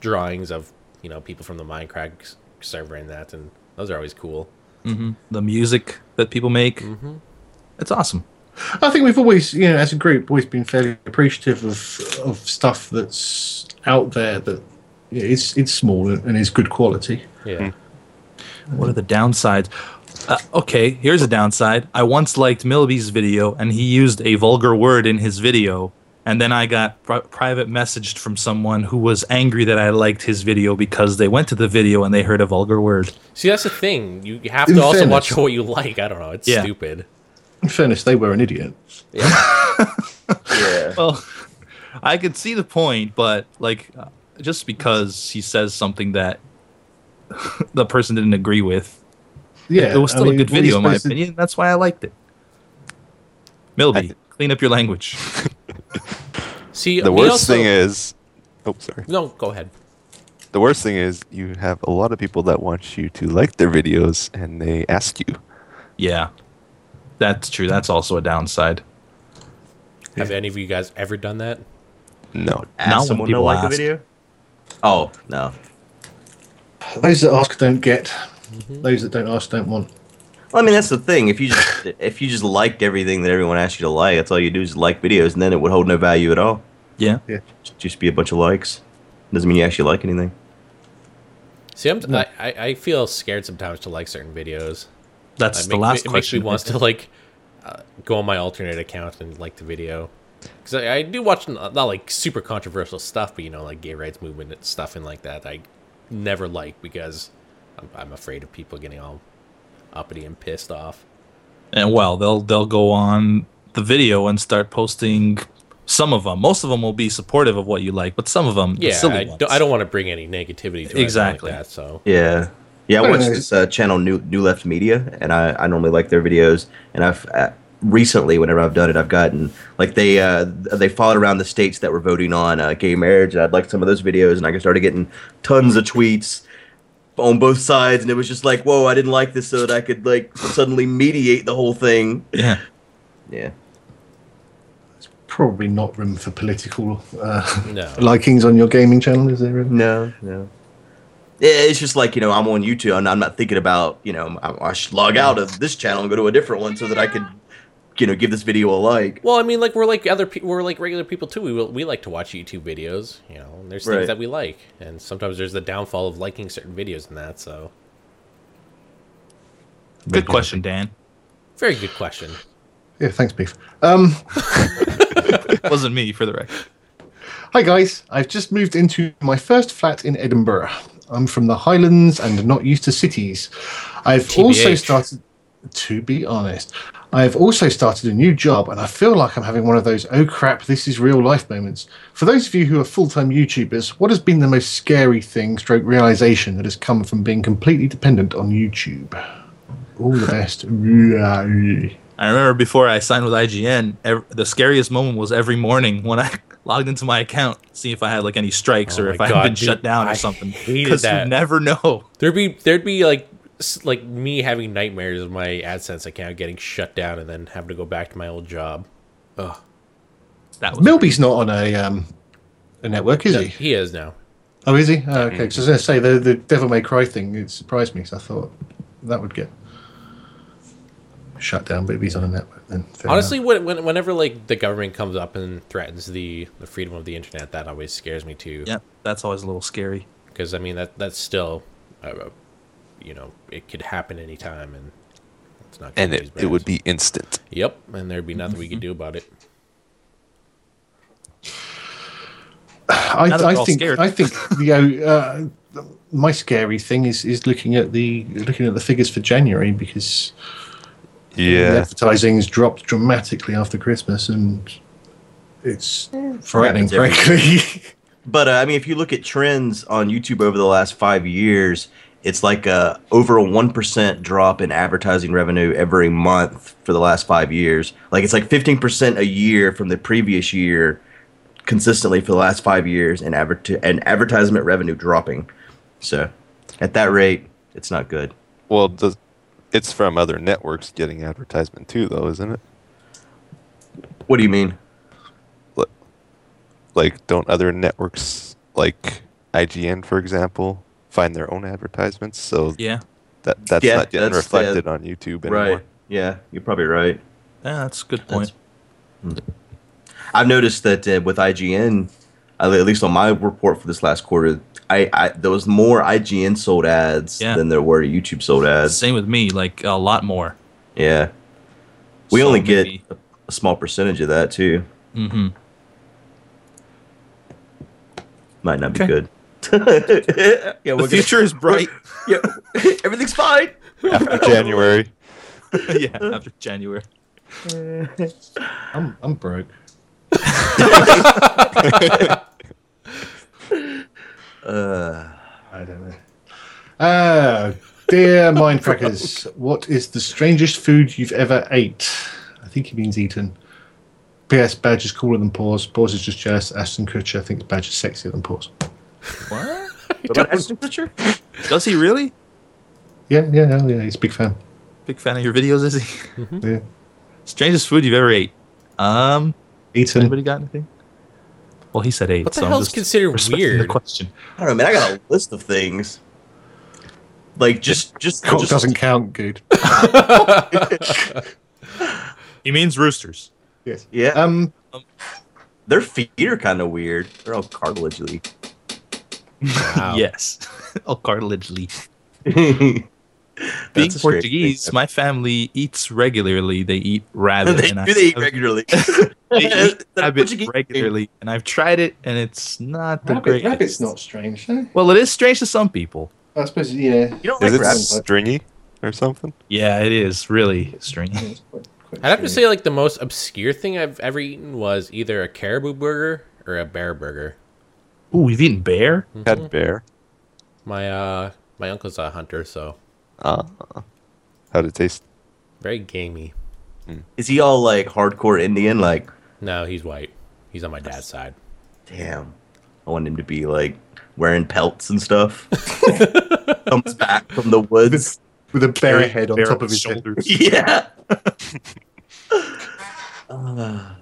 S4: drawings of you know people from the Minecraft s- server and that, and those are always cool.
S1: The music that people make, it's awesome.
S2: I think we've always, you know, as a group, always been fairly appreciative of of stuff that's out there that yeah, is it's small and and is good quality.
S4: Yeah,
S3: Hmm.
S1: What are the downsides? Uh, okay, here's a downside. I once liked Milliby's video, and he used a vulgar word in his video, and then I got pri- private messaged from someone who was angry that I liked his video because they went to the video and they heard a vulgar word.
S4: see that's the thing. You you have
S2: In
S4: to also
S2: fairness-
S4: watch what you like. I don't know, it's
S1: Yeah.
S4: stupid.
S2: In fairness, they were an idiot.
S5: Yeah.
S1: Well, I could see the point, but like, uh, just because he says something that the person didn't agree with,
S2: Yeah,
S1: it was
S2: I
S1: still
S2: mean,
S1: a good
S2: what are you
S1: video in my
S2: supposed to-
S1: opinion. That's why I liked it. Milby, clean up your language.
S4: See,
S3: The
S4: we
S3: worst
S4: also-
S3: thing is, oh sorry.
S4: no, go ahead.
S3: The worst thing is you have a lot of people that want you to like their videos, and they ask you.
S1: Yeah, that's true. That's also a downside.
S4: Have any of you guys ever done that?
S3: No,
S5: Ask
S1: Not when
S5: someone to
S1: people
S5: like a
S1: ask.
S5: video. Oh no.
S2: Those that ask don't get.
S1: Mm-hmm.
S2: Those that don't ask don't want.
S5: Well, I mean that's the thing. If you just if you just liked everything that everyone asked you to like, that's all you do is like videos, and then it would hold no value at all.
S1: Yeah,
S2: Yeah.
S5: It'd just be a bunch of likes. Doesn't mean you actually like anything.
S4: See, I'm, I I, I feel scared sometimes to like certain videos.
S1: that's
S4: It
S1: the
S4: make-
S1: last
S4: it
S1: question.
S4: makes me wants to like uh, go on my alternate account and like the video because I, I do watch n- uh, not, like super controversial stuff, but you know, like gay rights movement and stuff and like that. I never like because I'm, I'm afraid of people getting all uppity and pissed off.
S1: and well, they'll they'll go on the video and start posting. Some of them, most of them will be supportive of what you like, but some of them,
S4: Yeah,
S1: the silly
S4: I,
S1: ones.
S4: don't, I don't want to bring any negativity to
S1: Exactly.
S4: exactly like that. So
S5: Yeah. Yeah, I
S2: Well,
S5: watch
S2: anyways.
S5: this uh, channel, New New Left Media, and I, I normally like their videos. And I've uh, recently, whenever I've done it, I've gotten like they uh, they followed around the states that were voting on uh, gay marriage, and I'd like some of those videos, and I started getting tons of tweets on both sides, and it was just like, whoa, I didn't like this, so that I could like suddenly mediate the whole thing.
S1: Yeah,
S5: Yeah,
S2: probably not room for political uh,
S4: No.
S2: likings on your gaming channel, is there? really?
S5: No, no. Yeah, It's just like you know, I'm on YouTube, and I'm not thinking about you know, I, I should log out of this channel and go to a different one so that I could, you know, give this video a like.
S4: Well, I mean, like we're like other people. We're like regular people too. We will, we like to watch YouTube videos, you know. And there's things
S5: Right.
S4: that we like, and sometimes there's the downfall of liking certain videos and that. So,
S1: Good question, Dan.
S4: very good question.
S2: Yeah, thanks, Beef. Um,
S1: Wasn't me for the record.
S2: Hi guys, I've just moved into my first flat in Edinburgh. I'm from the Highlands and not used to cities. I've also
S4: TBH.
S2: started, to be honest, I've also started a new job and I feel like I'm having one of those oh crap, this is real life moments. For those of you who are full time YouTubers, what has been the most scary thing, stroke realization, that has come from being completely dependent on YouTube? All the best. Yeah.
S1: I remember before I signed with IGN, ev- the scariest moment was every morning when I logged into my account, see if I had like any strikes
S4: Oh
S1: or
S4: my
S1: if I
S4: God,
S1: had been
S4: dude,
S1: shut down
S4: I
S1: or something.
S4: hated
S1: you
S4: that.
S1: never know.
S4: There'd be there'd be like s- like me having nightmares of my AdSense account getting shut down and then having to go back to my old job. Ugh.
S1: That was
S2: Milby's not on a, um, a network, is he?
S4: He is now.
S2: Oh, is he? Oh, okay. 'Cause I was going to say the the Devil May Cry thing. It surprised me. So I thought that would get shut down. But if he's on a network, then fair
S4: Honestly,
S2: enough.
S4: when, when, whenever like the government comes up and threatens the, the freedom of the internet, that always scares me too.
S1: yeah, that's always a little scary.
S4: Because I mean that that's still, uh, you know, it could happen anytime, and it's not.
S3: and
S4: good
S3: it,
S4: news
S3: it would
S4: bears.
S3: be instant.
S4: Yep, and there'd be nothing we
S2: Mm-hmm.
S4: could do about it.
S1: now that
S2: I,
S1: we're
S2: I
S1: all
S2: think
S1: scared.
S2: I think you know uh, my scary thing is is looking at the looking at the figures for January because the
S3: Yeah.
S2: advertising's dropped dramatically after Christmas and it's frightening,
S5: Happens every
S2: frankly.
S5: But uh, I mean, if you look at trends on YouTube over the last five years, it's like a over a one percent drop in advertising revenue every month for the last five years. Like it's like fifteen percent a year from the previous year, consistently for the last five years, and adver- and advertisement revenue dropping. So, at that rate, it's not good.
S3: Well, the, it's from other networks getting advertisement too, though, isn't it?
S5: What do you mean?
S3: Like, don't other networks, like IGN, for example, find their own advertisements? So
S1: Yeah,
S3: that that's
S5: Yeah,
S3: not getting
S5: that's-
S3: reflected
S5: yeah.
S3: on YouTube anymore.
S5: Yeah, you're probably right.
S1: yeah that's a good point.
S5: I've noticed that uh, with IGN, uh, at least on my report for this last quarter, I, I there was more IGN sold ads
S1: Yeah.
S5: than there were YouTube sold ads.
S1: Same with me, like a lot more.
S5: Yeah, we
S1: So
S5: only get
S1: maybe-
S5: a, a small percentage of that too.
S1: hmm
S5: Might not be
S1: Okay.
S5: good. yeah, we're
S1: The
S5: gonna-
S1: future is bright.
S5: yeah, everything's fine.
S3: After January.
S1: yeah, after January.
S2: I'm I'm broke. I don't know. Ah, dear mindcrackers, what is the strangest food you've ever ate? I think he means eaten. P.S. Badge is cooler than Paws. Paws is just jealous. Ashton Kutcher thinks Badge is sexier than Paws.
S1: What?
S5: What about Ashton Kutcher?
S1: Does he really?
S2: Yeah, yeah, hell yeah. He's a big fan.
S1: Big fan of your videos, is he?
S2: Yeah.
S1: Strangest food you've ever ate? Um,
S2: Eaten.
S1: anybody got anything? Well, he said eight.
S4: What the
S1: so I'm
S4: hell's
S1: just
S4: considered
S1: respecting The
S4: weird?
S1: question.
S5: I don't know, man. I got a list of things. Like just, just,
S2: Cock
S5: just
S2: doesn't count, good.
S1: He means roosters.
S2: yes.
S5: Yeah,
S2: Um,
S5: their feet are kind of weird. They're all cartilagely.
S4: Wow.
S1: Yes. oh, cartilage leaf.
S5: Being
S1: Being Portuguese, my family eats regularly. They eat rabbit.
S5: they,
S1: and I
S5: do they eat
S1: have-
S5: regularly?
S1: They eat
S5: They're
S1: rabbit
S5: Portuguese.
S1: regularly, and I've tried it, and it's not the
S2: rabbit,
S1: greatest.
S2: rabbit's not strange, eh?
S1: Well, it is strange to some people.
S2: I suppose, yeah.
S5: You don't
S3: Is
S5: like
S3: it
S5: rabbits.
S3: stringy or something?
S1: Yeah, it is really strange.
S4: I'd have to say like the most obscure thing I've ever eaten was either a caribou burger or a bear burger.
S1: Ooh, we've eaten bear.
S3: Had bear.
S4: My uh my uncle's a hunter, so
S3: Uh, how'd it taste?
S4: very gamey.
S5: Is he all like hardcore Indian? Like,
S4: No, he's white. He's on my dad's side.
S5: damn, I want him to be like wearing pelts and stuff. Comes back from the woods.
S2: With a bear head on top of his head.
S5: yeah. Uh,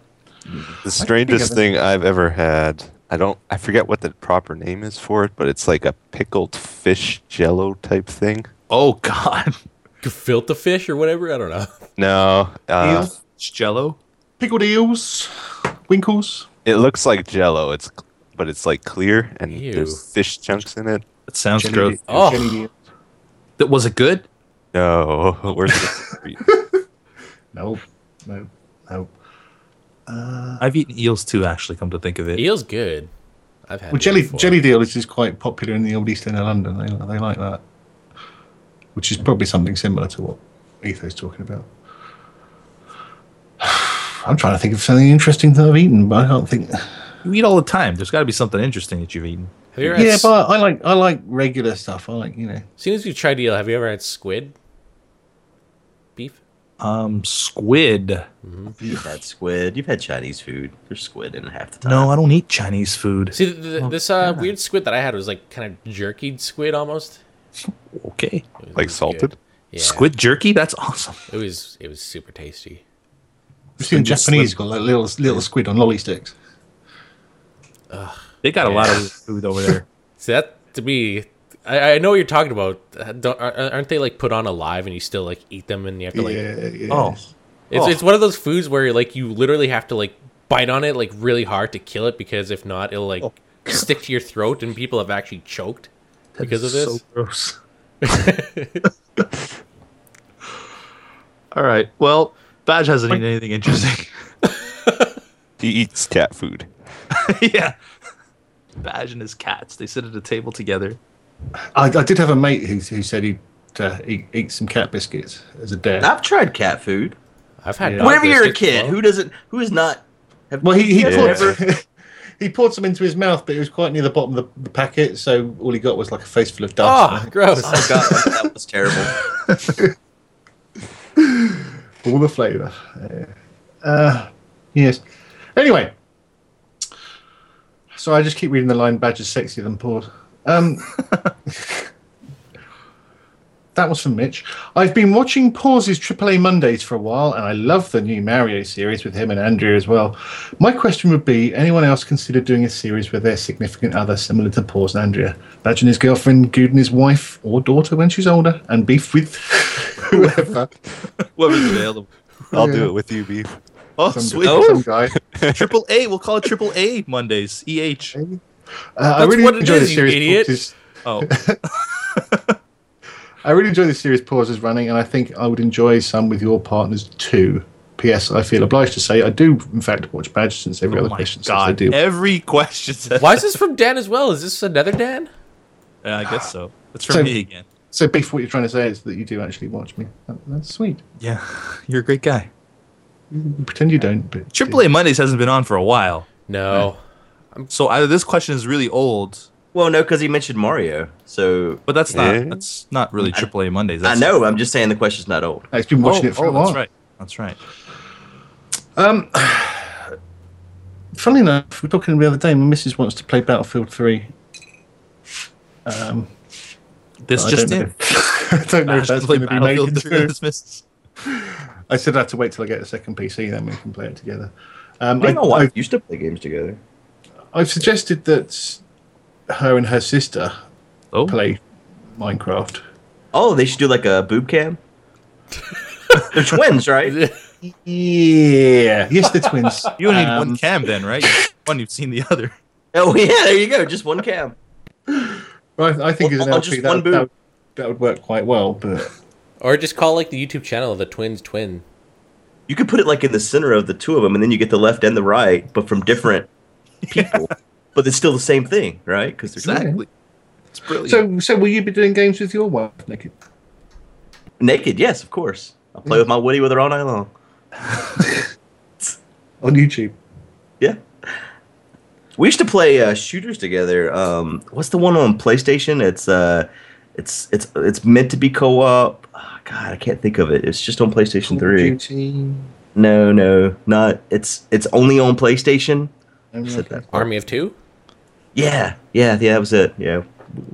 S3: The strangest
S2: of it.
S3: thing I've ever had. I don't. I forget what the proper name is for it, but it's like a pickled fish jello type thing.
S1: Oh God,
S4: Gefilte fish or whatever. I don't know.
S3: No, uh,
S2: Eels?
S1: it's Jello.
S2: Pickled eels, winkles.
S3: it looks like jello. It's but it's like clear and
S4: Ew.
S3: there's fish chunks in it.
S1: That sounds
S2: jelly
S1: gross.
S2: eels,
S4: Oh.
S2: jelly eels.
S1: That was it good?
S3: No, where's
S2: No, no, no.
S1: I've eaten eels too. Actually, come to think of it,
S4: Eel's good. I've had
S2: Well,
S4: it
S2: jelly
S4: before.
S2: jelly deal is, is quite popular in the old east end of London. They they like that, which is probably something similar to what Etho's talking about. I'm trying to think of something interesting that I've eaten, but I can't think.
S1: you eat all the time. There's got to be something interesting that you've eaten.
S4: Have you ever
S2: Yeah,
S4: had,
S2: but I like I like regular stuff. I like you know
S4: as soon as you tried eel, have you ever had squid? Beef?
S1: Um, squid.
S5: You've had squid. You've had Chinese food. There's squid in it half the time.
S1: No, I don't eat Chinese food.
S4: See, th th this uh, weird squid that I had was like kind of jerky squid almost.
S1: Okay,
S4: It was- it
S3: like
S4: was
S3: salted?
S4: good. Yeah,
S1: squid jerky. That's awesome.
S4: It was it was super tasty.
S2: I've seen Japanese got like little little squid on lolly sticks.
S1: They got a lot of food over there.
S4: See that to me, I, I know what you're talking about. Uh, Don't, ar- aren't they like put on alive and you still like eat them and you have to like?
S2: yeah, yeah.
S1: Oh,
S4: It's
S1: Oh.
S4: it's one of those foods where like you literally have to like bite on it like really hard to kill it because if not it'll
S1: Oh.
S4: like stick to your throat and people have actually choked because of this.
S1: so gross. all right. Well, Badge hasn't eaten anything interesting.
S3: he eats cat food?
S1: yeah. Badge and his cats. They sit at a table together.
S2: I, I did have a mate who, who said he'd uh, eat, eat some cat biscuits as a dare.
S5: I've tried cat food.
S4: I've had
S2: Yeah.
S4: dog
S5: Whenever you're a
S4: biscuits,
S5: kid,
S4: well,
S5: who doesn't, who is not. Have,
S2: Well, he he,
S5: has
S3: Yeah.
S5: never-
S2: poured, he poured some into his mouth, but it was quite near the bottom of the, the packet, so all he got was like a face full of dust.
S4: Oh, gross.
S5: Oh god, that was terrible.
S2: all the flavour. Uh, uh, yes. Anyway, so I just keep reading the line "Badger's sexier than Paws." Um, that was from Mitch. I've been watching Paws' AAA Mondays for a while, and I love the new Mario series with him and Andrea as well. My question would be: Anyone else consider doing a series with their significant other similar to Paws and Andrea? Badger and his girlfriend, Good and his wife or daughter when she's older, and beef with whoever.
S1: Whoever's available.
S3: I'll
S2: Yeah.
S3: do it with you, beef.
S1: Oh,
S2: Some,
S1: sweet.
S2: some guy.
S1: Triple A. We'll call it Triple A Mondays. E H.
S2: Uh, I
S4: That's
S2: really
S4: what it
S2: enjoy
S4: is,
S2: this
S4: you
S2: series.
S4: idiot.
S2: Pauses-
S1: Oh,
S2: I really enjoy this series. Pauses running, and I think I would enjoy some with your partners too. P.S. I feel obliged to say I do, in fact, watch Badge since every
S1: oh
S2: other
S1: my
S2: question says I
S1: God.
S2: do.
S1: Every question says.
S4: Why is this from Dan as well? Is this another Dan?
S1: Yeah, I guess so. It's from
S2: So-
S1: me again.
S2: So, Beef, what you're trying to say is that you do actually watch me. That, that's sweet.
S1: Yeah, you're a great guy.
S2: You pretend you don't, but
S1: Triple A Mondays hasn't been on for a while,
S4: No.
S1: so either this question is really old,
S5: Well, no, because he mentioned Mario. So
S1: but that's not
S3: Yeah.
S1: that's not really Triple A Mondays.
S5: I
S1: That's,
S5: know. I'm just saying the question's not old.
S2: I've Uh, been
S1: Oh,
S2: watching it for a
S1: oh,
S2: while.
S1: that's right. That's right.
S2: Um, Funnily enough, we were talking the other day. My missus wants to play Battlefield 3.
S1: This
S2: I
S1: just
S2: don't
S1: in.
S2: know. I don't know if that's going to be made
S1: Battlefield 3
S2: into
S1: Christmas.
S2: I said I have to wait till I get a second PC, then we can play it together. Um,
S5: Me
S2: I,
S5: and my wife
S2: I,
S5: used to play games together.
S2: I've suggested that her and her sister
S1: Oh,
S2: play Minecraft.
S5: Oh, they should do like a boob cam. They're twins, right?
S2: Yeah, yes, the twins.
S1: you only need
S2: Um,
S1: one cam then, right? You- One, you've seen the other.
S5: Oh yeah, there you go. Just one cam.
S2: I, I think as an
S5: Or- or
S2: LP
S5: just
S2: that,
S5: one
S2: that,
S5: boob.
S2: that would work quite well, but
S4: Or just call like the YouTube channel the Twins Twin.
S5: You could put it like in the center of the two of them, and then you get the left and the right, but from different people. But it's still the same thing, right? Because they're twins.
S1: Exactly. It's brilliant.
S2: so so will you be doing games with your wife, Nicky?
S5: naked. Yes, of course. I'll play with my Woody with her all night long.
S2: on YouTube?
S5: Yeah. We used to play uh, shooters together. Um, what's the one on PlayStation? It's uh, it's it's it's meant to be co-op. Ah, God, I can't think of it. It's just on PlayStation Three.
S2: Duty.
S5: No, no, not. It's it's only on PlayStation.
S2: um,
S5: Said that.
S4: Army of Two?
S5: Yeah, yeah, yeah. That was it. Yeah,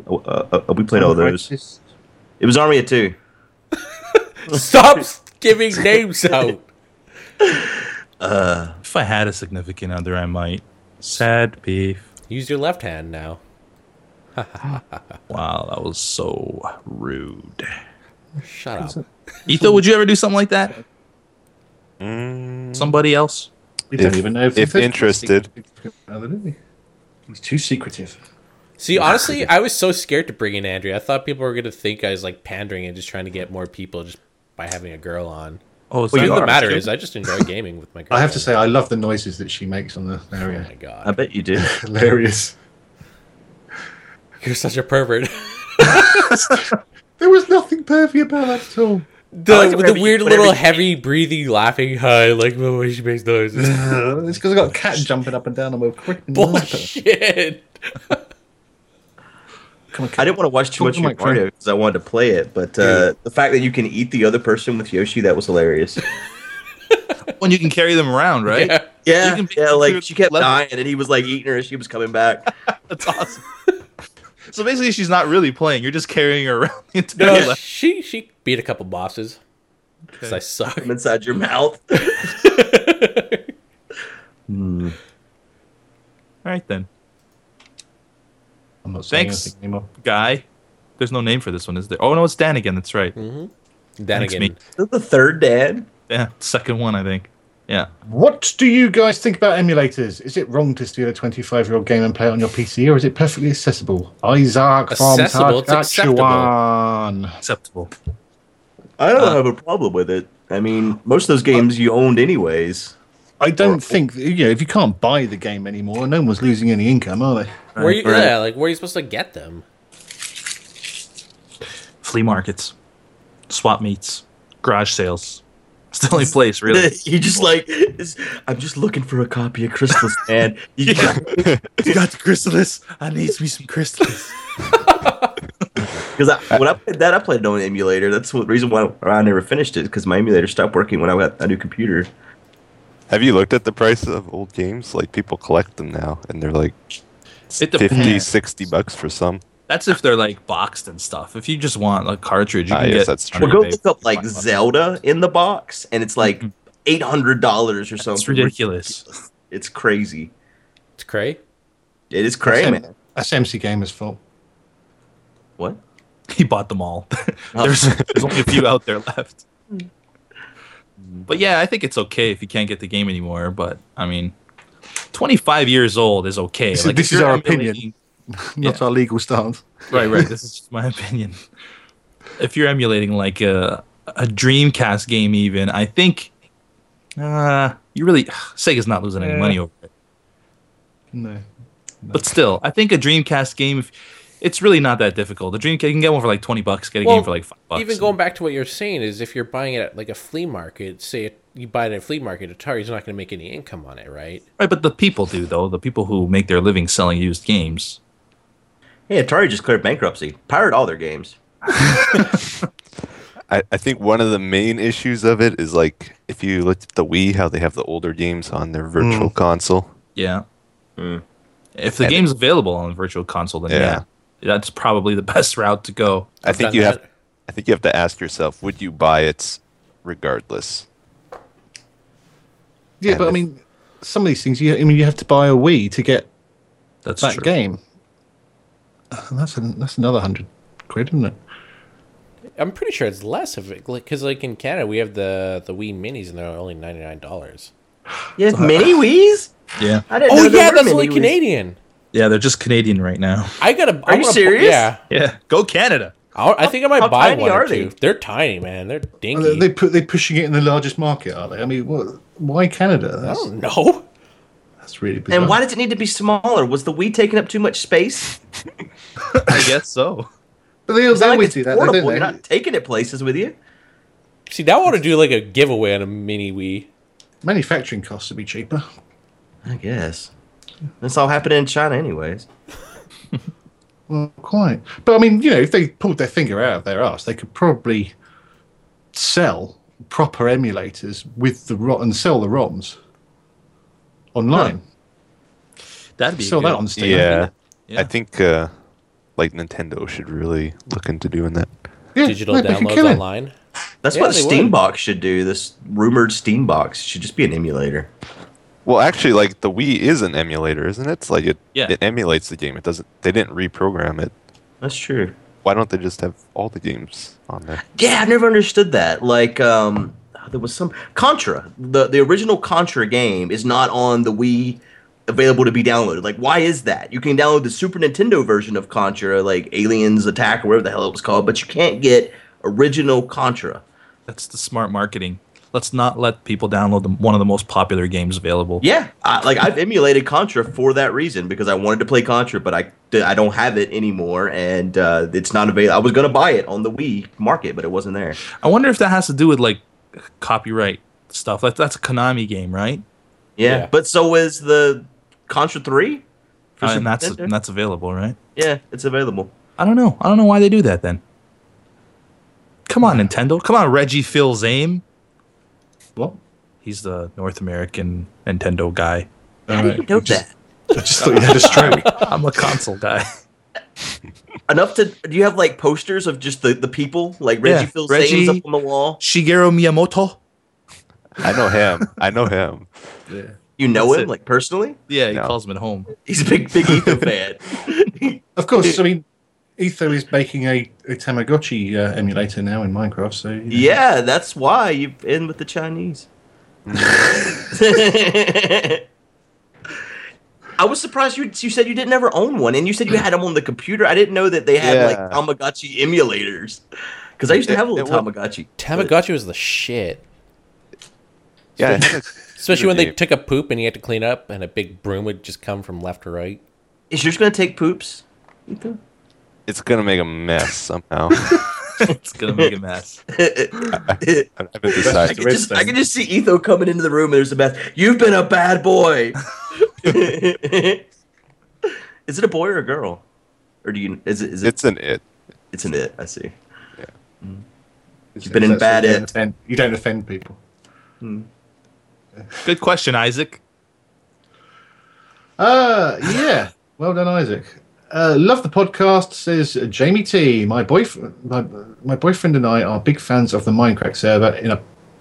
S5: uh, uh, uh, we played all those.
S2: Righteous.
S5: It was Army of Two.
S4: Stop giving names out.
S1: If I had a significant other, I might. Sad beef.
S4: Use your left hand now.
S1: Wow, that was so rude.
S4: Shut up.
S1: Etho, would you ever do something like that?
S3: Mm,
S1: Somebody else?
S2: We don't
S3: If-
S2: even know
S3: if
S2: there's a
S3: interested.
S2: significant Other, do we? He's too secretive.
S4: See, honestly, I was so scared to bring in Andrea. I thought people were gonna think I was like pandering and just trying to get more people just by having a girl on.
S1: Oh, it's
S4: But
S1: not
S4: the
S1: our
S4: matter
S1: show?
S4: is, I just enjoy gaming with my. Girl.
S2: I have to say, I love the noises that she makes on the
S4: oh
S2: area.
S4: my
S5: I
S4: god,
S5: bet you do.
S2: Hilarious.
S4: you're such a pervert.
S2: There was nothing pervy about that at all.
S4: the
S5: like it
S4: the
S5: whenever you-
S4: weird
S5: whenever
S4: little
S5: you-
S4: heavy breathing, laughing. Hi, like the way she makes noises.
S2: it's because I got a cat jumping up and down on my quick.
S4: Bullshit.
S5: I didn't want to watch too
S4: Oh
S2: Talk
S5: much
S2: to
S5: of
S2: my friend.
S5: Mario because I wanted to play it, but uh, the fact that you can eat the other person with Yoshi that was hilarious.
S1: When you can carry them around, right?
S4: Yeah.
S1: You
S5: Yeah,
S1: can be
S5: yeah,
S1: through
S5: like she kept
S1: level.
S5: dying, and he was like eating her as she was coming back.
S1: That's awesome. so basically, she's not really playing. You're just carrying her around the entire
S4: No,
S1: left.
S4: she she beat a couple bosses. 'Cause I suck.
S5: From inside your mouth.
S1: All right then,
S2: I'm not saying
S1: Thanks.
S2: anything anymore.
S1: guy. There's no name for this one, is there? Oh no, it's Dan again. That's right.
S4: Then
S1: Thanks,
S4: again,
S1: mate.
S5: the third dad.
S1: Yeah, second one, I think. Yeah.
S2: What do you guys think about emulators? Is it wrong to steal a 25 year old game and play it on your PC, or is it perfectly accessible? Isaac from
S4: Accessible, it's acceptable.
S2: Saskatchewan.
S1: acceptable.
S5: I don't have a problem with it. I mean, most of those games you owned anyways.
S2: I don't think you know if you can't buy the game anymore, no one's losing any income, are they?
S4: where you
S5: Right.
S4: yeah, like where are you supposed to get them?
S1: Flea markets, swap meets, garage sales. It's the only place, really.
S5: you just like, it's- I'm just looking for a copy of Crystal's Dad. You
S1: you got the chrysalis. I need me some chrysalis.
S5: Because I, when I played that, I played it on an emulator. That's the reason why I never finished it because my emulator stopped working when I got a new computer.
S3: have you looked at the price of old games? Like people collect them now, and they're like
S1: It
S3: 50,
S1: depends.
S3: 60 bucks for some.
S1: That's if they're like boxed and stuff. If you just want a cartridge, you
S3: Ah,
S1: can
S3: yes,
S1: get.
S3: that's true.
S5: Well,
S1: Well,
S5: go look up like Zelda in the box, and it's like eight hundred dollars or something.
S1: It's Mm-hmm. ridiculous.
S5: It's crazy.
S4: It's cray.
S5: It is crazy,
S2: That's,
S5: man.
S2: that's MC Gamer's fault.
S5: What?
S1: he bought them all. there's there's only a few out there left.
S4: Hmm.
S1: But yeah, I think it's okay if you can't get the game anymore. But I mean, 25 years old is okay.
S2: This is-
S1: if
S2: this is
S1: you're
S2: our
S1: emulating-
S2: opinion. Not our legal stance.
S1: Right, right. This is just my opinion. If you're emulating like a a Dreamcast game, even I think uh, you really Sega's not losing any money over it.
S2: No.
S1: But still, I think a Dreamcast game, if, it's really not that difficult. The Dreamcast you can get one for like 20 bucks. Get a
S4: Well,
S1: game for like five bucks.
S4: Even going back to what you're saying is, if you're buying it at like a flea market, say you buy it at a flea market, Atari's not going to make any income on it, right?
S1: Right, but the people do though. The people who make their living selling used games.
S5: Hey, Atari just cleared bankruptcy. Pirate all their games.
S3: I, I think one of the main issues of it is like if you look at the Wii, how they have the older games on their virtual console.
S1: Yeah.
S5: Hmm.
S1: If the game's available on virtual console, then yeah.
S3: Yeah.
S1: that's probably the best route to go.
S3: I
S4: I've
S3: think
S4: done
S3: you have
S4: that.
S3: I think you have to ask yourself, would you buy it regardless?
S2: Yeah,
S3: And
S2: but I
S3: if-
S2: mean, some of these things. You, I mean, you have to buy a Wii to get
S1: That's
S2: that
S1: true.
S2: game. Uh, That's an that's another hundred quid, isn't it?
S4: I'm pretty sure it's less of it, because like in Canada, we have the the Wii Minis, and they're only ninety nine dollars.
S5: You have mini Wii's?
S1: Yeah,
S5: I didn't
S4: Oh
S5: know there
S4: yeah,
S5: were
S4: that's
S5: mini
S4: only
S5: Wiis.
S4: Canadian.
S1: yeah, they're just Canadian right now.
S4: I got to.
S5: you serious?
S4: Yeah,
S1: Yeah, go Canada.
S4: I'll, I think I might
S5: how
S4: buy
S5: tiny
S4: one or
S5: are
S4: two.
S5: they?
S4: They? are tiny, man. They're
S2: Are They,
S4: dinky.
S2: they put they're pushing it in the largest market, are they? I mean, what? Why Canada?
S4: I
S2: That's,
S4: don't know.
S2: that's really bizarre.
S5: Oh. And why does it need to be smaller? Was the Wii taking up too much space?
S1: I guess so.
S2: But they,
S5: It's not
S2: they
S5: like
S2: always
S5: it's
S2: do that, though,
S5: portable.
S2: don't they?
S5: You're not taking it places with you.
S4: See, that want to do like a giveaway on a mini Wii.
S2: Manufacturing costs would be cheaper.
S5: I guess. This all happening in China, anyways.
S2: Well, quite. But I mean, you know, if they pulled their finger out of their ass, they could probably sell proper emulators with the ro- and sell the ROMs online.
S1: That'd be
S2: Sell
S1: good.
S2: that on Steam.
S3: yeah.
S1: Yeah.
S3: I think uh, like Nintendo should really look into doing that.
S2: Yeah,
S4: Digital
S2: they'd make a
S4: downloads
S2: killing.
S4: online.
S5: That's
S4: Yeah,
S5: what
S4: they
S5: the
S4: would.
S5: Steambox should do. This rumored Steambox should just be an emulator.
S3: Well, actually, like the Wii is an emulator, isn't it? It's like it
S1: Yeah.
S3: it emulates the game. It doesn't. They didn't reprogram it.
S5: That's true.
S3: Why don't they just have all the games on there?
S5: Yeah, I've never understood that. Like, um, there was some Contra. the The original Contra game is not on the Wii, available to be downloaded. Like, why is that? You can download the Super Nintendo version of Contra, like Aliens Attack or whatever the hell it was called, but you can't get original Contra.
S1: That's the smart marketing. Let's not let people download the, one of the most popular games available.
S5: Yeah, I, like I've emulated Contra for that reason because I wanted to play Contra, but I I don't have it anymore, and uh, it's not available. I was gonna buy it on the Wii market, but it wasn't there.
S1: I wonder if that has to do with like copyright stuff. That, that's a Konami game, right?
S5: Yeah,
S4: Yeah.
S5: but so is the Contra Three. for
S1: Uh,
S5: Super
S1: and that's
S5: Nintendo.
S1: and that's available, right?
S5: Yeah, it's available.
S1: I don't know. I don't know why they do that then. Come on, Nintendo. Come on, Reggie Phil's aim.
S2: What?
S1: He's the North American Nintendo guy.
S2: All
S5: How do you
S2: right.
S5: know
S2: I just,
S5: that?
S2: I just thought you had a stroke.
S1: I'm a console guy.
S5: Enough to do you have like posters of just the, the people like Reggie
S1: Yeah,
S5: Phil's
S1: Reggie-
S5: names up on the wall?
S1: Shigeru Miyamoto.
S3: I know him. I know him.
S5: You know
S1: That's
S5: him
S1: it.
S5: like personally?
S1: Yeah, he
S3: No.
S1: calls him at home.
S5: He's a big big Ethan fan.
S2: Of course, I mean, Etho is making a, a Tamagotchi uh, emulator now in Minecraft, so you know.
S5: yeah, that's why you in with the Chinese. I was surprised you you said you didn't ever own one, and you said you had them on the computer. I didn't know that they had like
S3: Yeah.
S5: Tamagotchi emulators because I used to
S3: It-
S5: have a little
S3: it wa-
S5: Tamagotchi.
S4: Tamagotchi was the shit.
S3: Yeah, it had a
S4: Especially when they
S3: game.
S4: took a poop and you had to clean up, and a big broom would just come from left to right.
S5: Is yours gonna take poops? Ethan?
S3: it's gonna make a mess somehow.
S1: It's gonna make a mess.
S3: I haven't decided.
S5: I
S2: Red
S5: can, just, I
S2: Stone.
S5: can just see Etho coming into the room and there's a bath. You've been a bad boy. is it a boy or a girl? Or do you is it is it it's,
S3: It's an it.
S5: an it, I see.
S2: It's-
S5: You've been in
S2: that's
S5: bad
S2: why you don't
S5: it.
S2: offend- You don't offend people.
S1: Good question, Isaac.
S2: Uh, yeah. Well done, Isaac. Uh, love the podcast, says Jamie T. My, boyf- my, my boyfriend and I are big fans of the Minecraft server. In a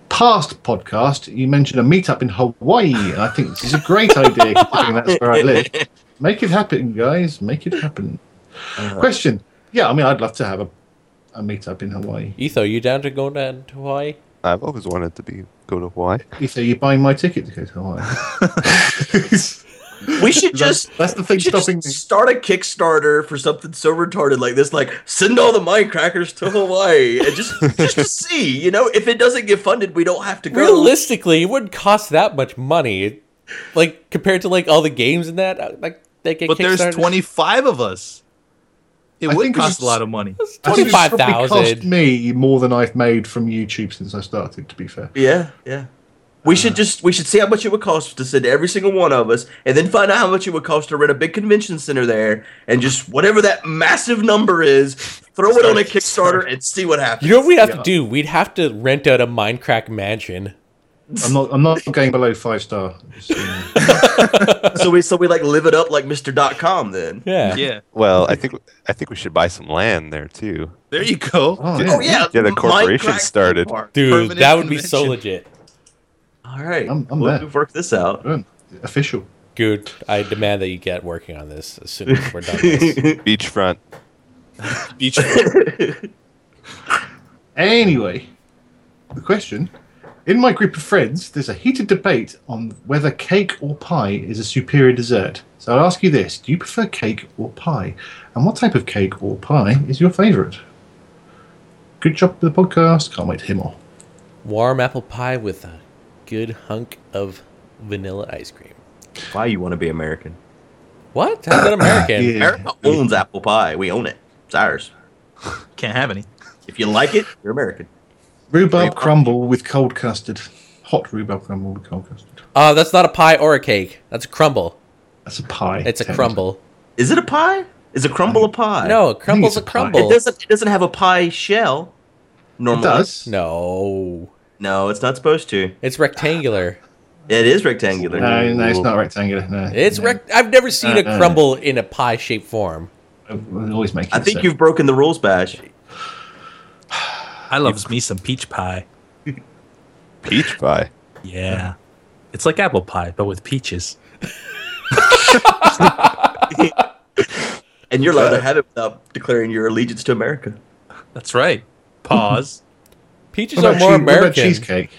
S2: past podcast, you mentioned a meetup in Hawaii, and I think this is a great idea considering that's where I live. Make it happen, guys. Make it happen. Question. Yeah, I mean, I'd love to have a, a meetup in Hawaii.
S4: Etho, you down to go down to Hawaii?
S3: I've always wanted to be go to Hawaii.
S2: So you're buying my ticket to go to Hawaii.
S5: We should just
S2: that's the thing
S5: we should just
S2: stopping me.
S5: start a Kickstarter for something so retarded like this, like send all the Minecrackers to Hawaii and just just to see, you know, if it doesn't get funded, we don't have to go.
S4: Realistically, it wouldn't cost that much money. It- Like compared to like all the games in that, uh, like they get
S1: But there's
S4: Kickstarted.
S1: 25 of us. It
S2: I
S1: would
S2: think we
S1: cost
S2: should-
S1: a lot of money.
S2: I think it's probably
S4: 25,000.
S2: Cost me more than I've made from YouTube since I started. To be fair,
S5: Yeah, yeah. We
S2: Uh.
S5: should just we should see how much it would cost to send every single one of us, and then find out how much it would cost to rent a big convention center there, and just whatever that massive number is, throw it on a Kickstarter and see what happens.
S4: You know what we'd have to
S2: Yeah.
S4: do? We'd have to rent out a Minecraft mansion.
S2: I'm not. I'm not going below five star.
S5: so we so we like live it up like Mr. Dot Com then.
S4: Yeah.
S1: Yeah.
S3: Well, I think I think we should buy some land there too.
S1: There you go.
S2: Oh,
S5: Oh
S2: yeah.
S5: yeah,
S3: Get a corporation
S5: Minecraft
S3: started.
S5: Park.
S4: Dude,
S1: Permanent
S4: that would be so
S1: convention.
S4: legit.
S5: All right,
S2: I'm- I'm
S5: we'll,
S2: there.
S5: work this out.
S2: Um, Official.
S4: Dude, I demand that you get working on this as soon as we're done with this.
S3: Beachfront.
S1: Beach.
S2: Anyway, the question. In my group of friends, there's a heated debate on whether cake or pie is a superior dessert. So I'll ask you this: Do you prefer cake or pie? And what type of cake or pie is your favourite? Good job with the podcast. Can't wait to hear more.
S4: Warm apple pie with a good hunk of vanilla ice cream.
S5: Why you want to be American?
S4: What? How's that American?
S5: America owns apple pie. We own it. It's ours.
S1: Can't have any.
S5: If you like it, you're American.
S2: Rhubarb crumble with cold custard. Hot rhubarb crumble with cold custard.
S4: Uh, that's not a pie or a cake. That's a crumble.
S2: That's a pie.
S4: It's a
S2: technically.
S4: crumble.
S5: Is it a pie? Is a crumble a pie?
S4: No, a crumble's
S2: it's
S4: a
S2: a pie.
S4: crumble.
S5: It doesn't. It doesn't have a pie shell.
S2: It
S5: Normally,
S2: does.
S4: No.
S5: No, it's not supposed to.
S4: It's rectangular.
S5: It is rectangular.
S2: No, no, it's not rectangular. No,
S4: It's
S2: no.
S4: rec- I've never seen a
S2: Uh-uh.
S4: crumble in a pie shaped form.
S2: We'll always make. It
S5: I think
S2: so.
S5: you've broken the rules, Bash.
S1: I loves me some peach pie.
S3: Peach pie.
S1: Yeah. It's like apple pie, but with peaches.
S5: And you're allowed to have it without declaring your allegiance to America.
S1: That's right. Pause.
S4: Peaches
S2: What
S4: are
S2: about,
S4: more
S2: chee- what about
S4: American.
S2: cheesecake?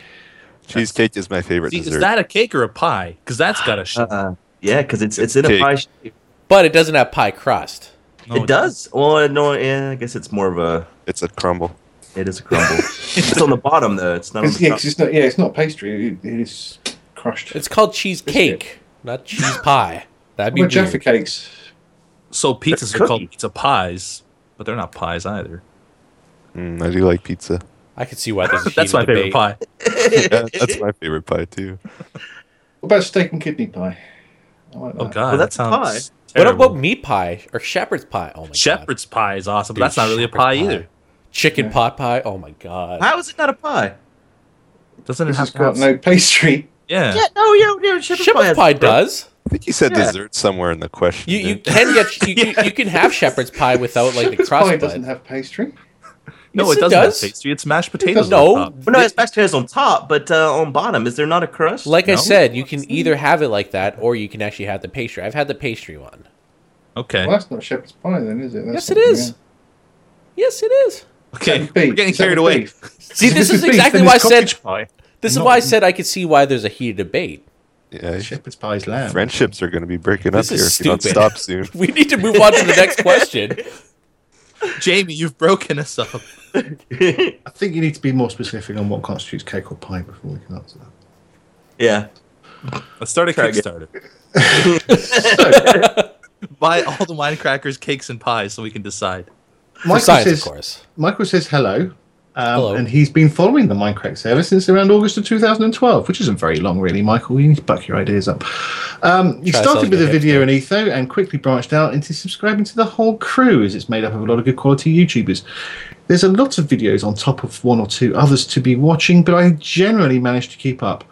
S3: Cheesecake is my favorite
S1: See, is
S3: dessert.
S1: that a cake or a pie? Because that's got a sh-
S5: Uh, yeah, because it's it's in a
S3: Cake.
S5: pie. shape.
S4: But it doesn't have pie crust.
S1: no,
S5: it does. Well, no, yeah, I guess it's more of a.
S3: it's a crumble.
S5: It is a crumble. it's on the bottom though. It's not on
S2: It's,
S5: the
S2: yeah,
S5: top.
S2: 'cause it's not, yeah, it's not pastry. It, it is crushed.
S4: It's called cheesecake, not cheese pie. That'd be
S2: What about
S4: weird.
S2: Jaffa cakes?
S1: So pizzas
S5: They're
S1: are called
S5: cookies.
S1: pizza pies, but they're not pies either.
S3: Mm, I do like pizza.
S4: I could see why this is.
S1: That's my favorite pie.
S3: Yeah, that's my favorite pie too.
S2: What about steak and kidney pie? I like that.
S1: Oh god,
S5: Well,
S1: that
S5: that's a pie.
S1: sounds
S4: What
S1: terrible.
S4: about meat pie or shepherd's pie? Oh my god.
S1: shepherd's pie is awesome,
S4: Dude,
S1: but that's not really a
S4: shepherd's
S1: pie, either.
S4: Chicken pot pie. Oh my god.
S5: How is it not a pie?
S1: Doesn't it
S2: This
S1: have
S2: has
S1: to have
S2: got no pastry.
S1: Yeah.
S5: Yeah, no, yeah, yeah. Shepherd's,
S4: shepherd's
S5: has-
S4: pie does.
S3: I think you said
S5: Yeah.
S3: dessert somewhere in the question.
S4: You you
S3: didn't
S4: can get you, you, you can have shepherd's pie without like the
S2: This pie
S4: crust.
S2: doesn't
S4: But
S2: have pastry.
S1: No,
S4: Yes,
S1: it
S4: it
S1: doesn't
S4: does.
S1: have pastry. It's mashed potatoes.
S4: No.
S1: on top.
S5: Well, no, it's mashed potatoes on top, but uh, on bottom, is there not a crust?
S4: like I
S1: No?
S4: said, you can either have it like that or you can actually have the pastry. I've had the pastry one.
S1: Okay.
S2: Well, that's not shepherd's pie, then, is it? That's
S4: Yes, it
S2: not-
S4: is. Yes, it is.
S1: Okay.
S2: Beef.
S1: We're getting
S2: Is that with
S1: carried away.
S2: beef?
S4: See,
S2: If
S4: this
S2: it's
S4: is
S2: beef,
S4: exactly
S2: then
S4: why I
S2: it's cottage
S4: said
S2: pie.
S4: this is
S2: Not-
S4: why I said I could see why there's a heated debate.
S3: you? Yeah,
S2: shepherd's pie is lamb.
S3: friendships are going to be breaking
S4: This
S3: up here
S4: is
S3: if you don't
S4: stupid.
S3: stop soon.
S4: We need to move on to the next question.
S1: Jamie, you've broken us up.
S2: I think you need to be more specific on what constitutes cake or pie before we can answer that.
S5: yeah.
S1: Let's start a
S5: Try again.
S1: Kickstarter. Buy all the wine crackers, cakes, and pies so we can decide.
S4: For
S2: Michael
S4: science,
S2: says,
S4: of course.
S2: Michael says hello. Um,
S4: Hello.
S2: And he's been following the Minecraft server since around August of 2012, which isn't very long, really, Michael. You need to buck your ideas up. Um, you
S4: Try
S2: started
S4: selling
S2: with a
S4: your hipster.
S2: video in Etho and quickly branched out into subscribing to the whole crew, as it's made up of a lot of good quality YouTubers. There's a lot of videos on top of one or two others to be watching, but I generally manage to keep up.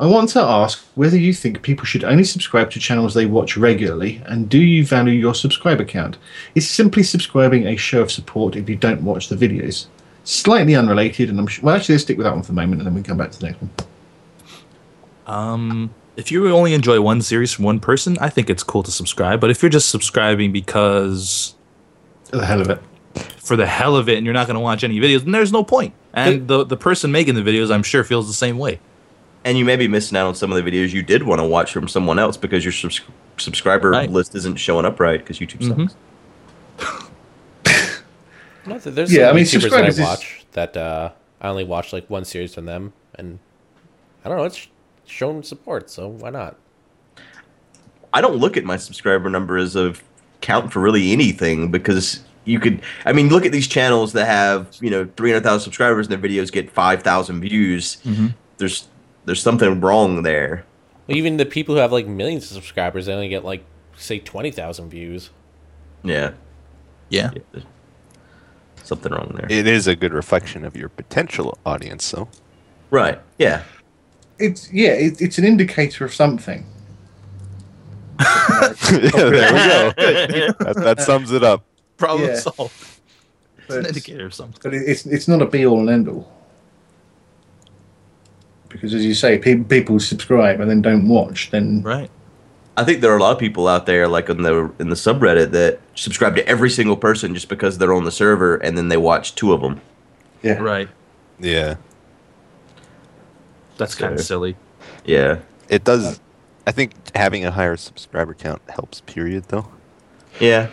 S2: I want to ask whether you think people should only subscribe to channels they watch regularly, and do you value your subscriber count? Is simply subscribing a show of support if you don't watch the videos? Slightly unrelated, and I'm sure. Well, actually, let's stick with that one for the moment, and then we can come back to the next one.
S1: Um, if you only enjoy one series from one person, I think it's cool to subscribe. But if you're just subscribing because
S2: For the hell of it.
S1: for the hell of it and you're not going to watch any videos, then there's no point. And the, the person making the videos, I'm sure, feels the same way.
S5: And you may be missing out on some of the videos you did want to watch from someone else because your subs- subscriber
S1: Right.
S5: list isn't showing up right because YouTube sucks.
S1: Mhm.
S4: No, th- there's
S2: Yeah,
S4: some
S2: I mean,
S4: YouTubers that
S2: subscribers
S4: I
S2: is-
S4: watch that uh, I only watch like one series from them, and I don't know. It's shown support, so why not?
S5: I don't look at my subscriber number as a count for really anything because you could I mean look at these channels that have, you know, 300,000 subscribers and their videos get 5,000 views. There's there's something wrong there.
S4: Well, even the people who have like millions of subscribers, they only get like say twenty thousand views.
S5: Yeah.
S1: Yeah.
S5: Something wrong there.
S3: It is a good reflection of your potential audience, though.
S5: right. Yeah.
S2: It's yeah, it, it's an indicator of something.
S3: Yeah, there we go. that, that sums it up.
S1: Problem
S2: Yeah.
S1: solved. It's an
S2: But-
S1: indicator of something.
S2: But it, it's it's not a be all and end all. Because as you say, pe- people subscribe and then don't watch. Then
S1: Right.
S5: I think there are a lot of people out there, like in the in the subreddit, that subscribe to every single person just because they're on the server, and then they watch two of them.
S2: yeah,
S1: Right.
S3: Yeah,
S1: That's kind of
S5: So-
S1: silly.
S5: Yeah,
S3: it does. I think having a higher subscriber count helps. Period, though.
S5: yeah.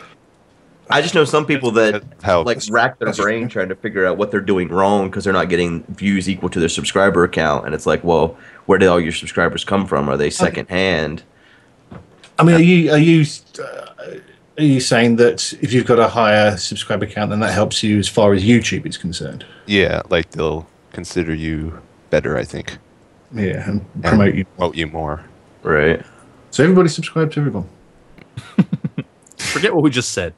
S5: I just know some people that
S3: That's how
S5: like rack their brain trying to figure out what they're doing wrong because they're not getting views equal to their subscriber account, and it's like, well, where did all your subscribers come from? Are they secondhand?
S2: I mean, are you are you uh, are you saying that if you've got a higher subscriber count, then that helps you as far as YouTube is concerned?
S3: yeah, like they'll consider you better. I think
S2: Yeah, and promote you.
S3: promote you more.
S5: Right.
S2: So everybody subscribe to everyone.
S1: Forget what we just said.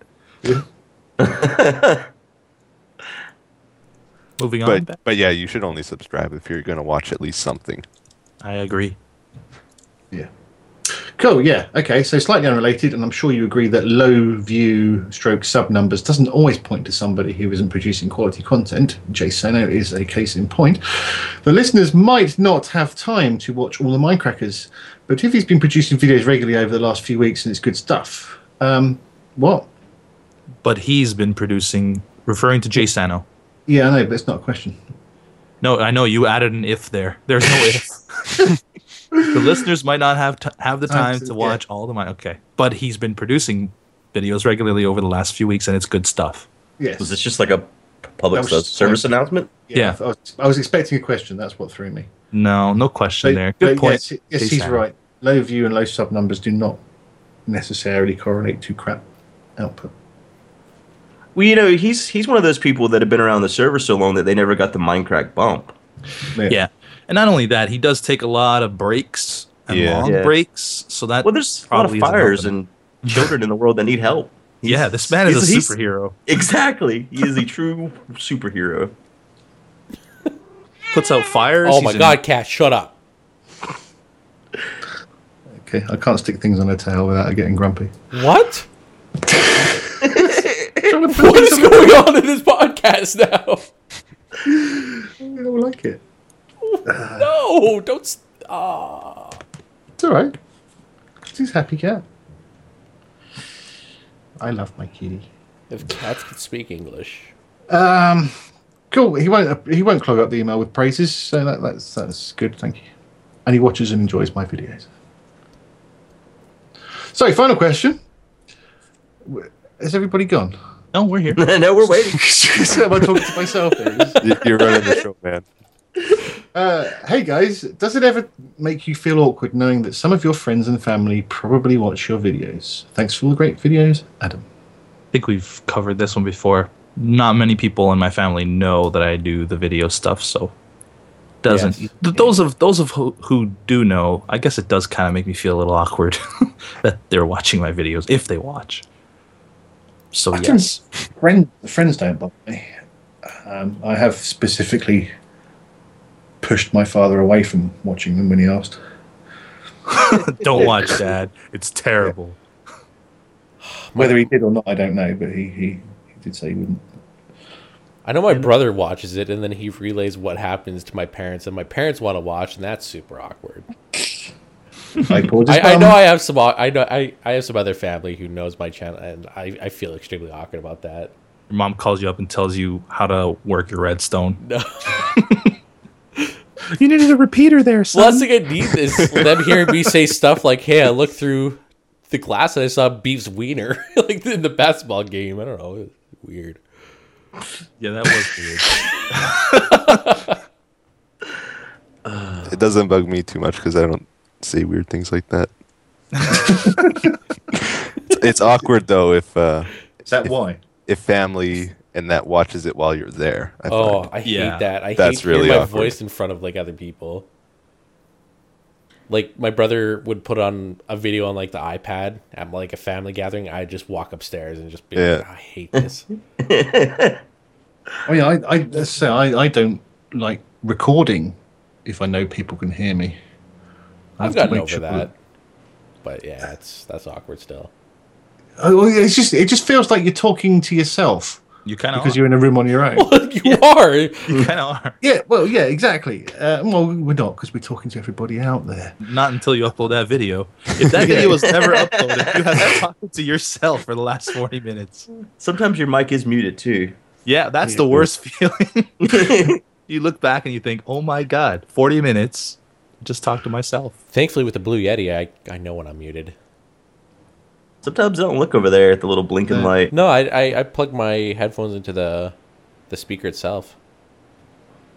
S1: Moving on.
S3: But but yeah, you should only subscribe if you're going to watch at least something.
S1: I agree.
S2: Yeah. Cool. Yeah. Okay. So slightly unrelated, and I'm sure you agree that low view stroke sub numbers doesn't always point to somebody who isn't producing quality content. Jay Seno is a case in point. The listeners might not have time to watch all the Minecrackers, but if he's been producing videos regularly over the last few weeks and it's good stuff, um, what?
S1: But he's been producing, referring to Jay Sano.
S2: Yeah, I know, but it's not a question.
S1: No, I know you added an if there. There's no if. the listeners might not have t- have the
S2: Time
S1: time
S2: to-
S1: to watch all the mine. Okay, but he's been producing videos regularly over the last few weeks, and it's good stuff.
S2: Yes.
S5: Was this just like a public
S2: That was just-
S5: service announcement?
S1: Yeah.
S2: I was, I was expecting a question. That's what threw me.
S1: No, no question there. Good
S2: but
S1: point.
S2: Yes, yes,
S1: Jason.
S2: he's right. Low view and low sub numbers do not necessarily correlate to crap output.
S5: Well, you know, he's he's one of those people that have been around the server so long that they never got the Minecraft bump.
S1: Yeah, and not only that, he does take a lot of breaks and
S3: Yeah.
S1: long
S5: Yeah.
S1: breaks. So that
S5: Well, there's Uh, a lot of
S1: probably isn't
S5: fires
S1: helping.
S5: and children in the world that need help.
S1: yeah, this man is a
S5: he's- he's-
S1: superhero.
S5: Exactly, he is a true superhero.
S1: Puts out fires.
S4: Oh
S1: he's
S4: my
S1: in-
S4: god, Cat, shut up.
S2: Okay, I can't stick things on a tail without getting grumpy.
S4: What?
S2: Trying to
S4: What is going on in this podcast now?
S2: I don't like it.
S4: Uh. No, don't. s- Ah.
S2: It's all right. 'Cause He's a happy cat. I love my kitty.
S4: if cats could speak English.
S2: Um, cool. He won't. uh, He won't clog up the email with praises. So that, that's that's good. Thank you. And he watches and enjoys my videos. So, final question: W- Has everybody gone?
S1: No, we're here.
S5: no, we're waiting.
S2: so am I talking to myself? here?
S3: Y- You're running the show, man.
S2: Uh, hey guys, does it ever make you feel awkward knowing that some of your friends and family probably watch your videos? Thanks for all the great videos, Adam.
S1: I think we've covered this one before. Not many people in my family know that I do the video stuff, so doesn't
S4: Yes.
S1: th- those of those of who, who do know, I guess it does kind of make me feel a little awkward that they're watching my videos if they watch. So
S2: I can-
S1: yes,
S2: Friend, friends don't bother me. Um, I have specifically pushed my father away from watching them when he asked.
S1: don't watch Dad. It's terrible.
S2: Whether he did or not, I don't know, but he, he, he did say he wouldn't.
S4: I know my brother watches it, and then he relays what happens to my parents, and my parents want to watch, and that's super awkward.
S2: I, poured his
S4: I, I
S2: bum.
S4: know I have some. au- I know I, I have some other family who knows my channel, and I, I feel extremely awkward about that.
S1: Your mom calls you up and tells you how to work your redstone.
S4: No,
S1: You needed a repeater there,
S4: last thing I need is them hearing me say stuff like, "Hey, I looked through the glass and I saw Beef's wiener like in the basketball game." I don't know, it's weird.
S1: Yeah, that was weird.
S3: It doesn't bug me too much because I don't say weird things like that. it's, it's awkward though if uh,
S2: Is that why?
S3: if family and that watches it while you're there. I
S4: Oh,
S3: find.
S4: I
S1: Yeah.
S4: hate that. I
S3: That's
S4: hate hearing
S3: really
S4: my
S3: awkward.
S4: voice in front of like other people. Like my brother would put on a video on like the iPad at like a family gathering. I just walk upstairs and just be like,
S3: Yeah.
S4: I hate this.
S2: Oh, I mean, I, I, let's say I, I don't like recording if I know people can hear me. I
S4: I've
S2: have to
S4: gotten
S2: make
S4: over
S2: sure
S4: that. But yeah, it's that's awkward still.
S2: Oh, well, it's just it just feels like you're talking to yourself
S1: You kind of
S2: because you're in a room on your own.
S4: you are.
S1: you kind of are.
S2: yeah, well, yeah, exactly. Uh, well, we're not because we're talking to everybody out there.
S1: Not until you upload that video. If that video was never uploaded, you have been talking to yourself for the last 40 minutes.
S5: Sometimes your mic is muted too.
S1: Yeah, that's the worst feeling. you look back and you think, oh my God, 40 minutes, just talk to myself.
S4: Thankfully, with the Blue Yeti, I, I know when I'm muted.
S5: Sometimes I don't look over there at the little blinking light.
S4: No, I, I, I plug my headphones into the the speaker itself,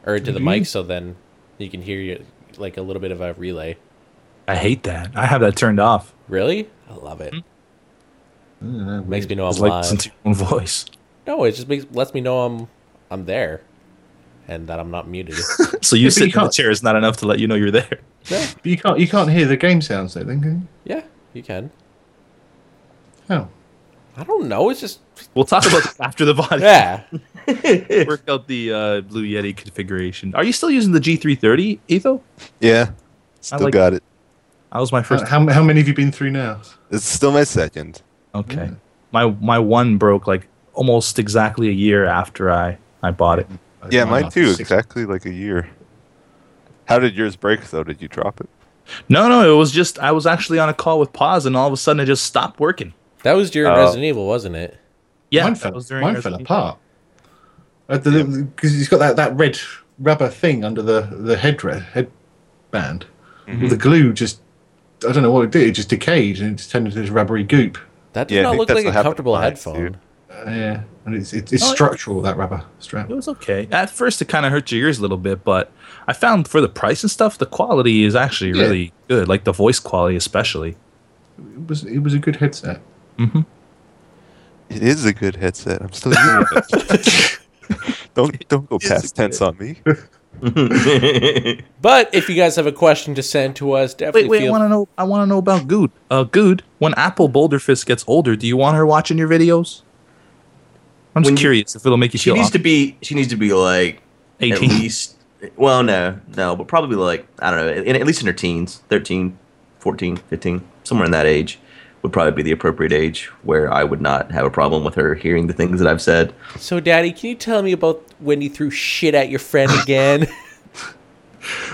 S4: or into the
S3: Mm-hmm.
S4: mic, so then you can hear you like a little bit of a relay.
S1: I hate that. I have that turned off.
S4: Really? I love it.
S3: Mm-hmm.
S4: makes me know I'm
S1: It's like
S4: live.
S1: listen to your own voice.
S4: No, it just makes lets me know I'm I'm there, and that I'm not muted.
S1: So you
S2: but you
S1: sit in the
S2: can't-
S1: chair is not enough to let you know you're there.
S2: But you can't you can't hear the game sounds though, then can
S4: yeah, you can.
S2: you? Oh.
S4: I don't know. It's just
S1: We'll talk about this after the body.
S4: yeah.
S1: Work out the uh, Blue Yeti configuration. Are you still using the G330, Etho?
S3: yeah, still
S1: like-
S3: got it.
S1: That was my first.
S2: How, how, how many have you been through now?
S3: It's still my second.
S1: Okay. My my one broke like almost exactly a year after I I bought it.
S3: Yeah, mine too.
S2: Six-
S3: Exactly like a year. How did yours break though? Did you drop it?
S1: No, no, it was just I was actually on a call with Pause, and all of a sudden it just stopped working.
S4: That was during
S3: Oh.
S4: Resident Evil, wasn't it?
S1: Yeah,
S2: mine
S1: that
S2: fell,
S1: was during
S2: mine
S1: our-
S2: fell apart. Uh, Because he's got that, that red rubber thing under the, the head re- headband.
S1: Mm-hmm.
S2: The glue just, I don't know what it did, it just decayed and it just turned into this rubbery goop.
S4: That does
S3: Yeah, I
S4: not
S3: think
S4: look
S3: that's
S4: like a
S3: what happened to
S4: comfortable
S3: mine,
S4: headphone.
S3: dude.
S2: Uh, yeah, and it's, it's, it's
S1: Oh, yeah.
S2: structural, that rubber strap.
S1: It was okay. At first, it kind of hurt your ears a little bit, but I found for the price and stuff, the quality is actually
S2: Yeah.
S1: really good. Like the voice quality, especially.
S2: It was, it was a good headset.
S3: It is a good headset. I'm still using it. don't don't go past tense on me.
S4: But if you guys have a question to send to us, definitely
S1: Wait, wait. I
S4: feel
S1: want to know. I want to know about Good. Uh, Good. When Apple Boulderfist gets older, do you want her watching your videos? I'm just
S5: When you-
S1: curious if it'll make you
S5: she
S1: feel
S5: needs
S1: awkward.
S5: to be. She needs to be like at
S1: 18.
S5: least. Well, no, no, but probably like I don't know. In, at least in her teens, 13, 14, 15, somewhere in that age would probably be the appropriate age where I would not have a problem with her hearing the things that I've said.
S4: So, Daddy, can you tell me about when you threw shit at your friend again?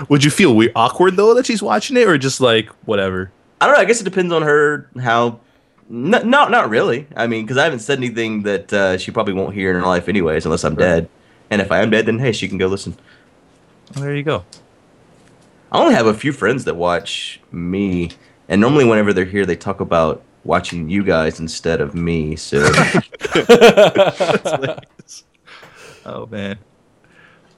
S1: Would you feel we awkward though that she's watching it, or just like whatever?
S5: I don't know. I guess it depends on her how. No, no not really. I mean, because I haven't said anything that uh, she probably won't hear in her life, anyways, unless I'm dead. And if I am dead, then hey, she can go listen.
S1: Well, there you go.
S5: I only have a few friends that watch me, and normally whenever they're here, they talk about watching you guys instead of me. So
S1: Oh man.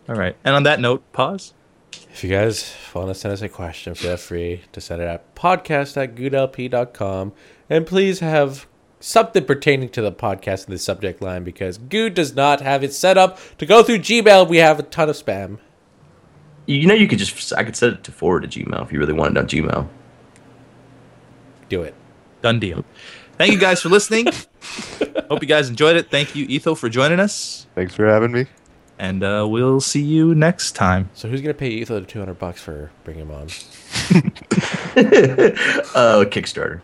S1: All right. And on that note, pause.
S4: if you guys want to send us a question, feel free to send it at podcast at goodlp.com. And please have something pertaining to the podcast in the subject line because Good does not have it set up to go through Gmail. We have a ton of spam.
S5: you know, you could just—I could set it to forward to Gmail if you really wanted on Gmail.
S4: Do it.
S1: Done deal. Thank you guys for listening. Hope you guys enjoyed it. Thank you, Etho, for joining us.
S3: Thanks for having me.
S1: And uh, we'll see you next time.
S4: So, who's going to pay Etho the 200 bucks for bringing him on?
S5: Oh, Kickstarter.